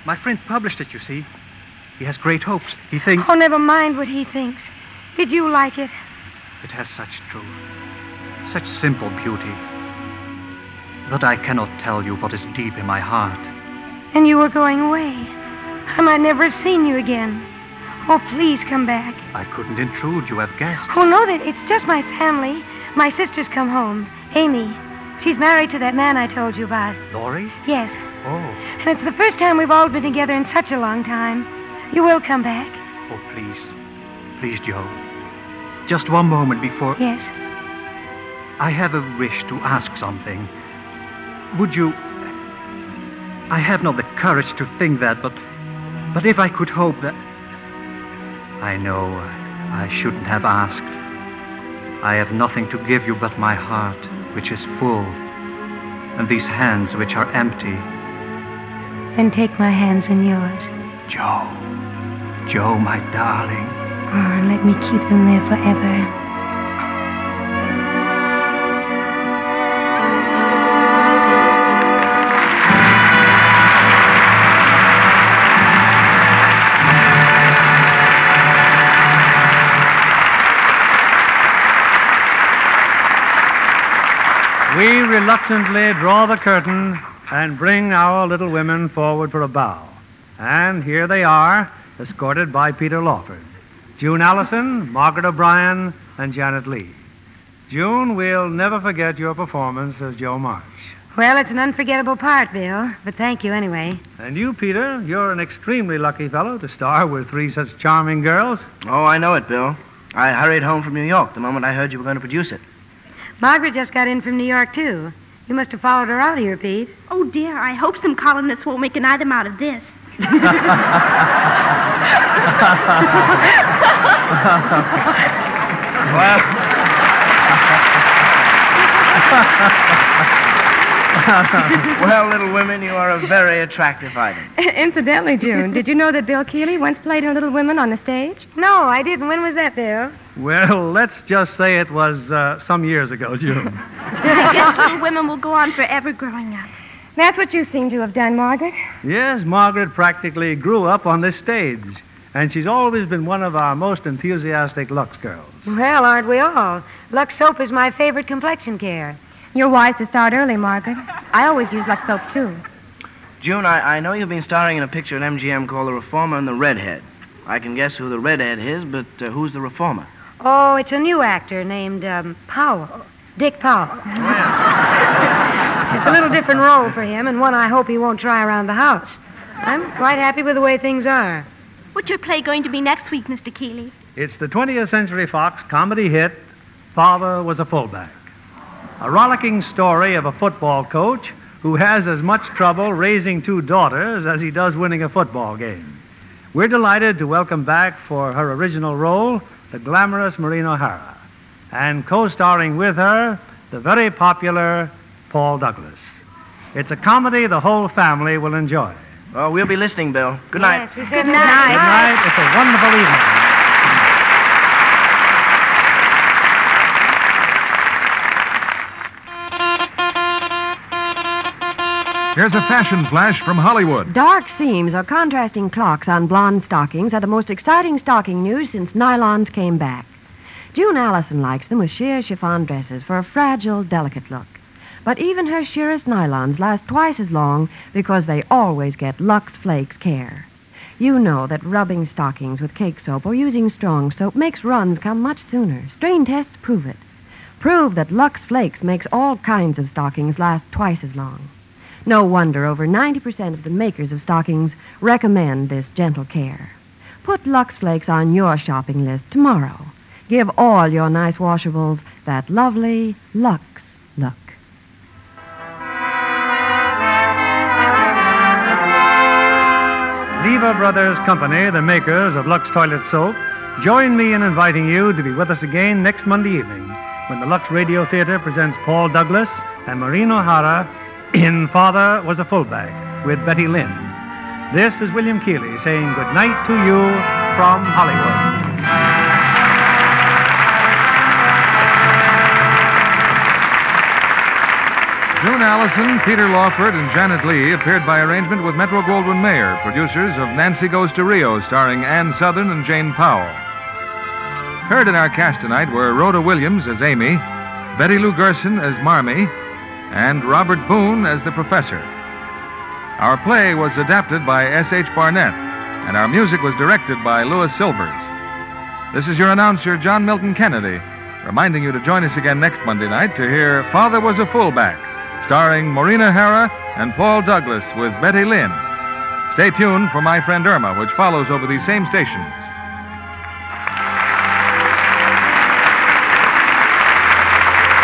Speaker 8: My friend published it, you see. He has great hopes. He thinks
Speaker 6: Oh, never mind what he thinks. Did you like it?
Speaker 8: it has such truth, such simple beauty. But I cannot tell you what is deep in my heart.
Speaker 6: And you were going away. I might never have seen you again. Oh, please come back.
Speaker 8: I couldn't intrude, you have guessed.
Speaker 6: Oh, no, that it's just my family. My sister's come home. Amy. She's married to that man I told you about.
Speaker 8: Laurie?
Speaker 6: Yes.
Speaker 8: Oh,
Speaker 6: And it's the first time we've all been together in such a long time. You will come back.
Speaker 8: oh, please. Please, Joe. Just one moment before.
Speaker 6: Yes.
Speaker 8: I have a wish to ask something. Would you. I have not the courage to think that, but. But if I could hope that. I know I shouldn't have asked. I have nothing to give you but my heart, which is full, and these hands which are empty.
Speaker 17: Then take my hands in yours.
Speaker 8: Joe. Joe, my darling.
Speaker 17: Oh, and let me keep them there forever.
Speaker 2: We reluctantly draw the curtain and bring our little women forward for a bow. And here they are, escorted by Peter Lawford, June Allison, Margaret O'Brien, and Janet Lee. June, we'll never forget your performance as Joe March.
Speaker 6: Well, it's an unforgettable part, Bill, but thank you anyway.
Speaker 2: And you, Peter, you're an extremely lucky fellow to star with three such charming girls.
Speaker 9: Oh, I know it, Bill. I hurried home from New York the moment I heard you were going to produce it.
Speaker 6: Margaret just got in from New York, too. You must have followed her out here, Pete.
Speaker 4: Oh, dear, I hope some columnists won't make an item out of this.
Speaker 9: well, little women, you are a very attractive item.
Speaker 17: Incidentally, June, did you know that Bill Keeley once played in Little Women on the stage?
Speaker 6: No, I didn't. When was that, Bill?
Speaker 2: Well, let's just say it was uh, some years ago, June.
Speaker 4: I guess little women will go on forever growing up.
Speaker 17: That's what you seem to have done, Margaret.
Speaker 2: yes, Margaret practically grew up on this stage, and she's always been one of our most enthusiastic Lux girls.
Speaker 6: Well, aren't we all? Lux soap is my favorite complexion care.
Speaker 17: You're wise to start early, Margaret. I always use Lux soap, too.
Speaker 9: June, I, I know you've been starring in a picture at MGM called The Reformer and the Redhead. I can guess who the redhead is, but uh, who's the reformer?
Speaker 6: Oh, it's a new actor named um, Powell, Dick Powell. it's a little different role for him, and one I hope he won't try around the house. I'm quite happy with the way things are.
Speaker 4: What's your play going to be next week, Mr. Keeley?
Speaker 2: It's the 20th Century Fox comedy hit, Father Was a Fullback. A rollicking story of a football coach who has as much trouble raising two daughters as he does winning a football game. We're delighted to welcome back for her original role the glamorous Maureen O'Hara, and co starring with her the very popular Paul Douglas. It's a comedy the whole family will enjoy.
Speaker 9: Oh, we'll be listening, Bill. Good night.
Speaker 6: Yes, we
Speaker 4: said
Speaker 6: good
Speaker 2: Good night. It's a wonderful evening.
Speaker 1: Here's a fashion flash from Hollywood.
Speaker 14: Dark seams or contrasting clocks on blonde stockings are the most exciting stocking news since nylons came back. June Allison likes them with sheer chiffon dresses for a fragile, delicate look. But even her sheerest nylons last twice as long because they always get Lux Flakes care. You know that rubbing stockings with cake soap or using strong soap makes runs come much sooner. Strain tests prove it. Prove that Lux Flakes makes all kinds of stockings last twice as long. No wonder over 90% of the makers of stockings recommend this gentle care. Put Lux Flakes on your shopping list tomorrow. Give all your nice washables that lovely Lux look.
Speaker 2: Lever Brothers Company, the makers of Lux Toilet Soap, join me in inviting you to be with us again next Monday evening when the Lux Radio Theater presents Paul Douglas and Maureen O'Hara in Father Was a Fullback with Betty Lynn. This is William Keeley saying good night to you from Hollywood.
Speaker 1: June Allison, Peter Lawford, and Janet Lee appeared by arrangement with Metro Goldwyn Mayer, producers of Nancy Goes to Rio, starring Ann Southern and Jane Powell. Heard in our cast tonight were Rhoda Williams as Amy, Betty Lou Gerson as Marmy, and Robert Boone as the Professor. Our play was adapted by S.H. Barnett, and our music was directed by Louis Silvers. This is your announcer, John Milton Kennedy, reminding you to join us again next Monday night to hear Father Was a Fullback starring Maureen O'Hara and Paul Douglas with Betty Lynn. Stay tuned for My Friend Irma, which follows over these same stations.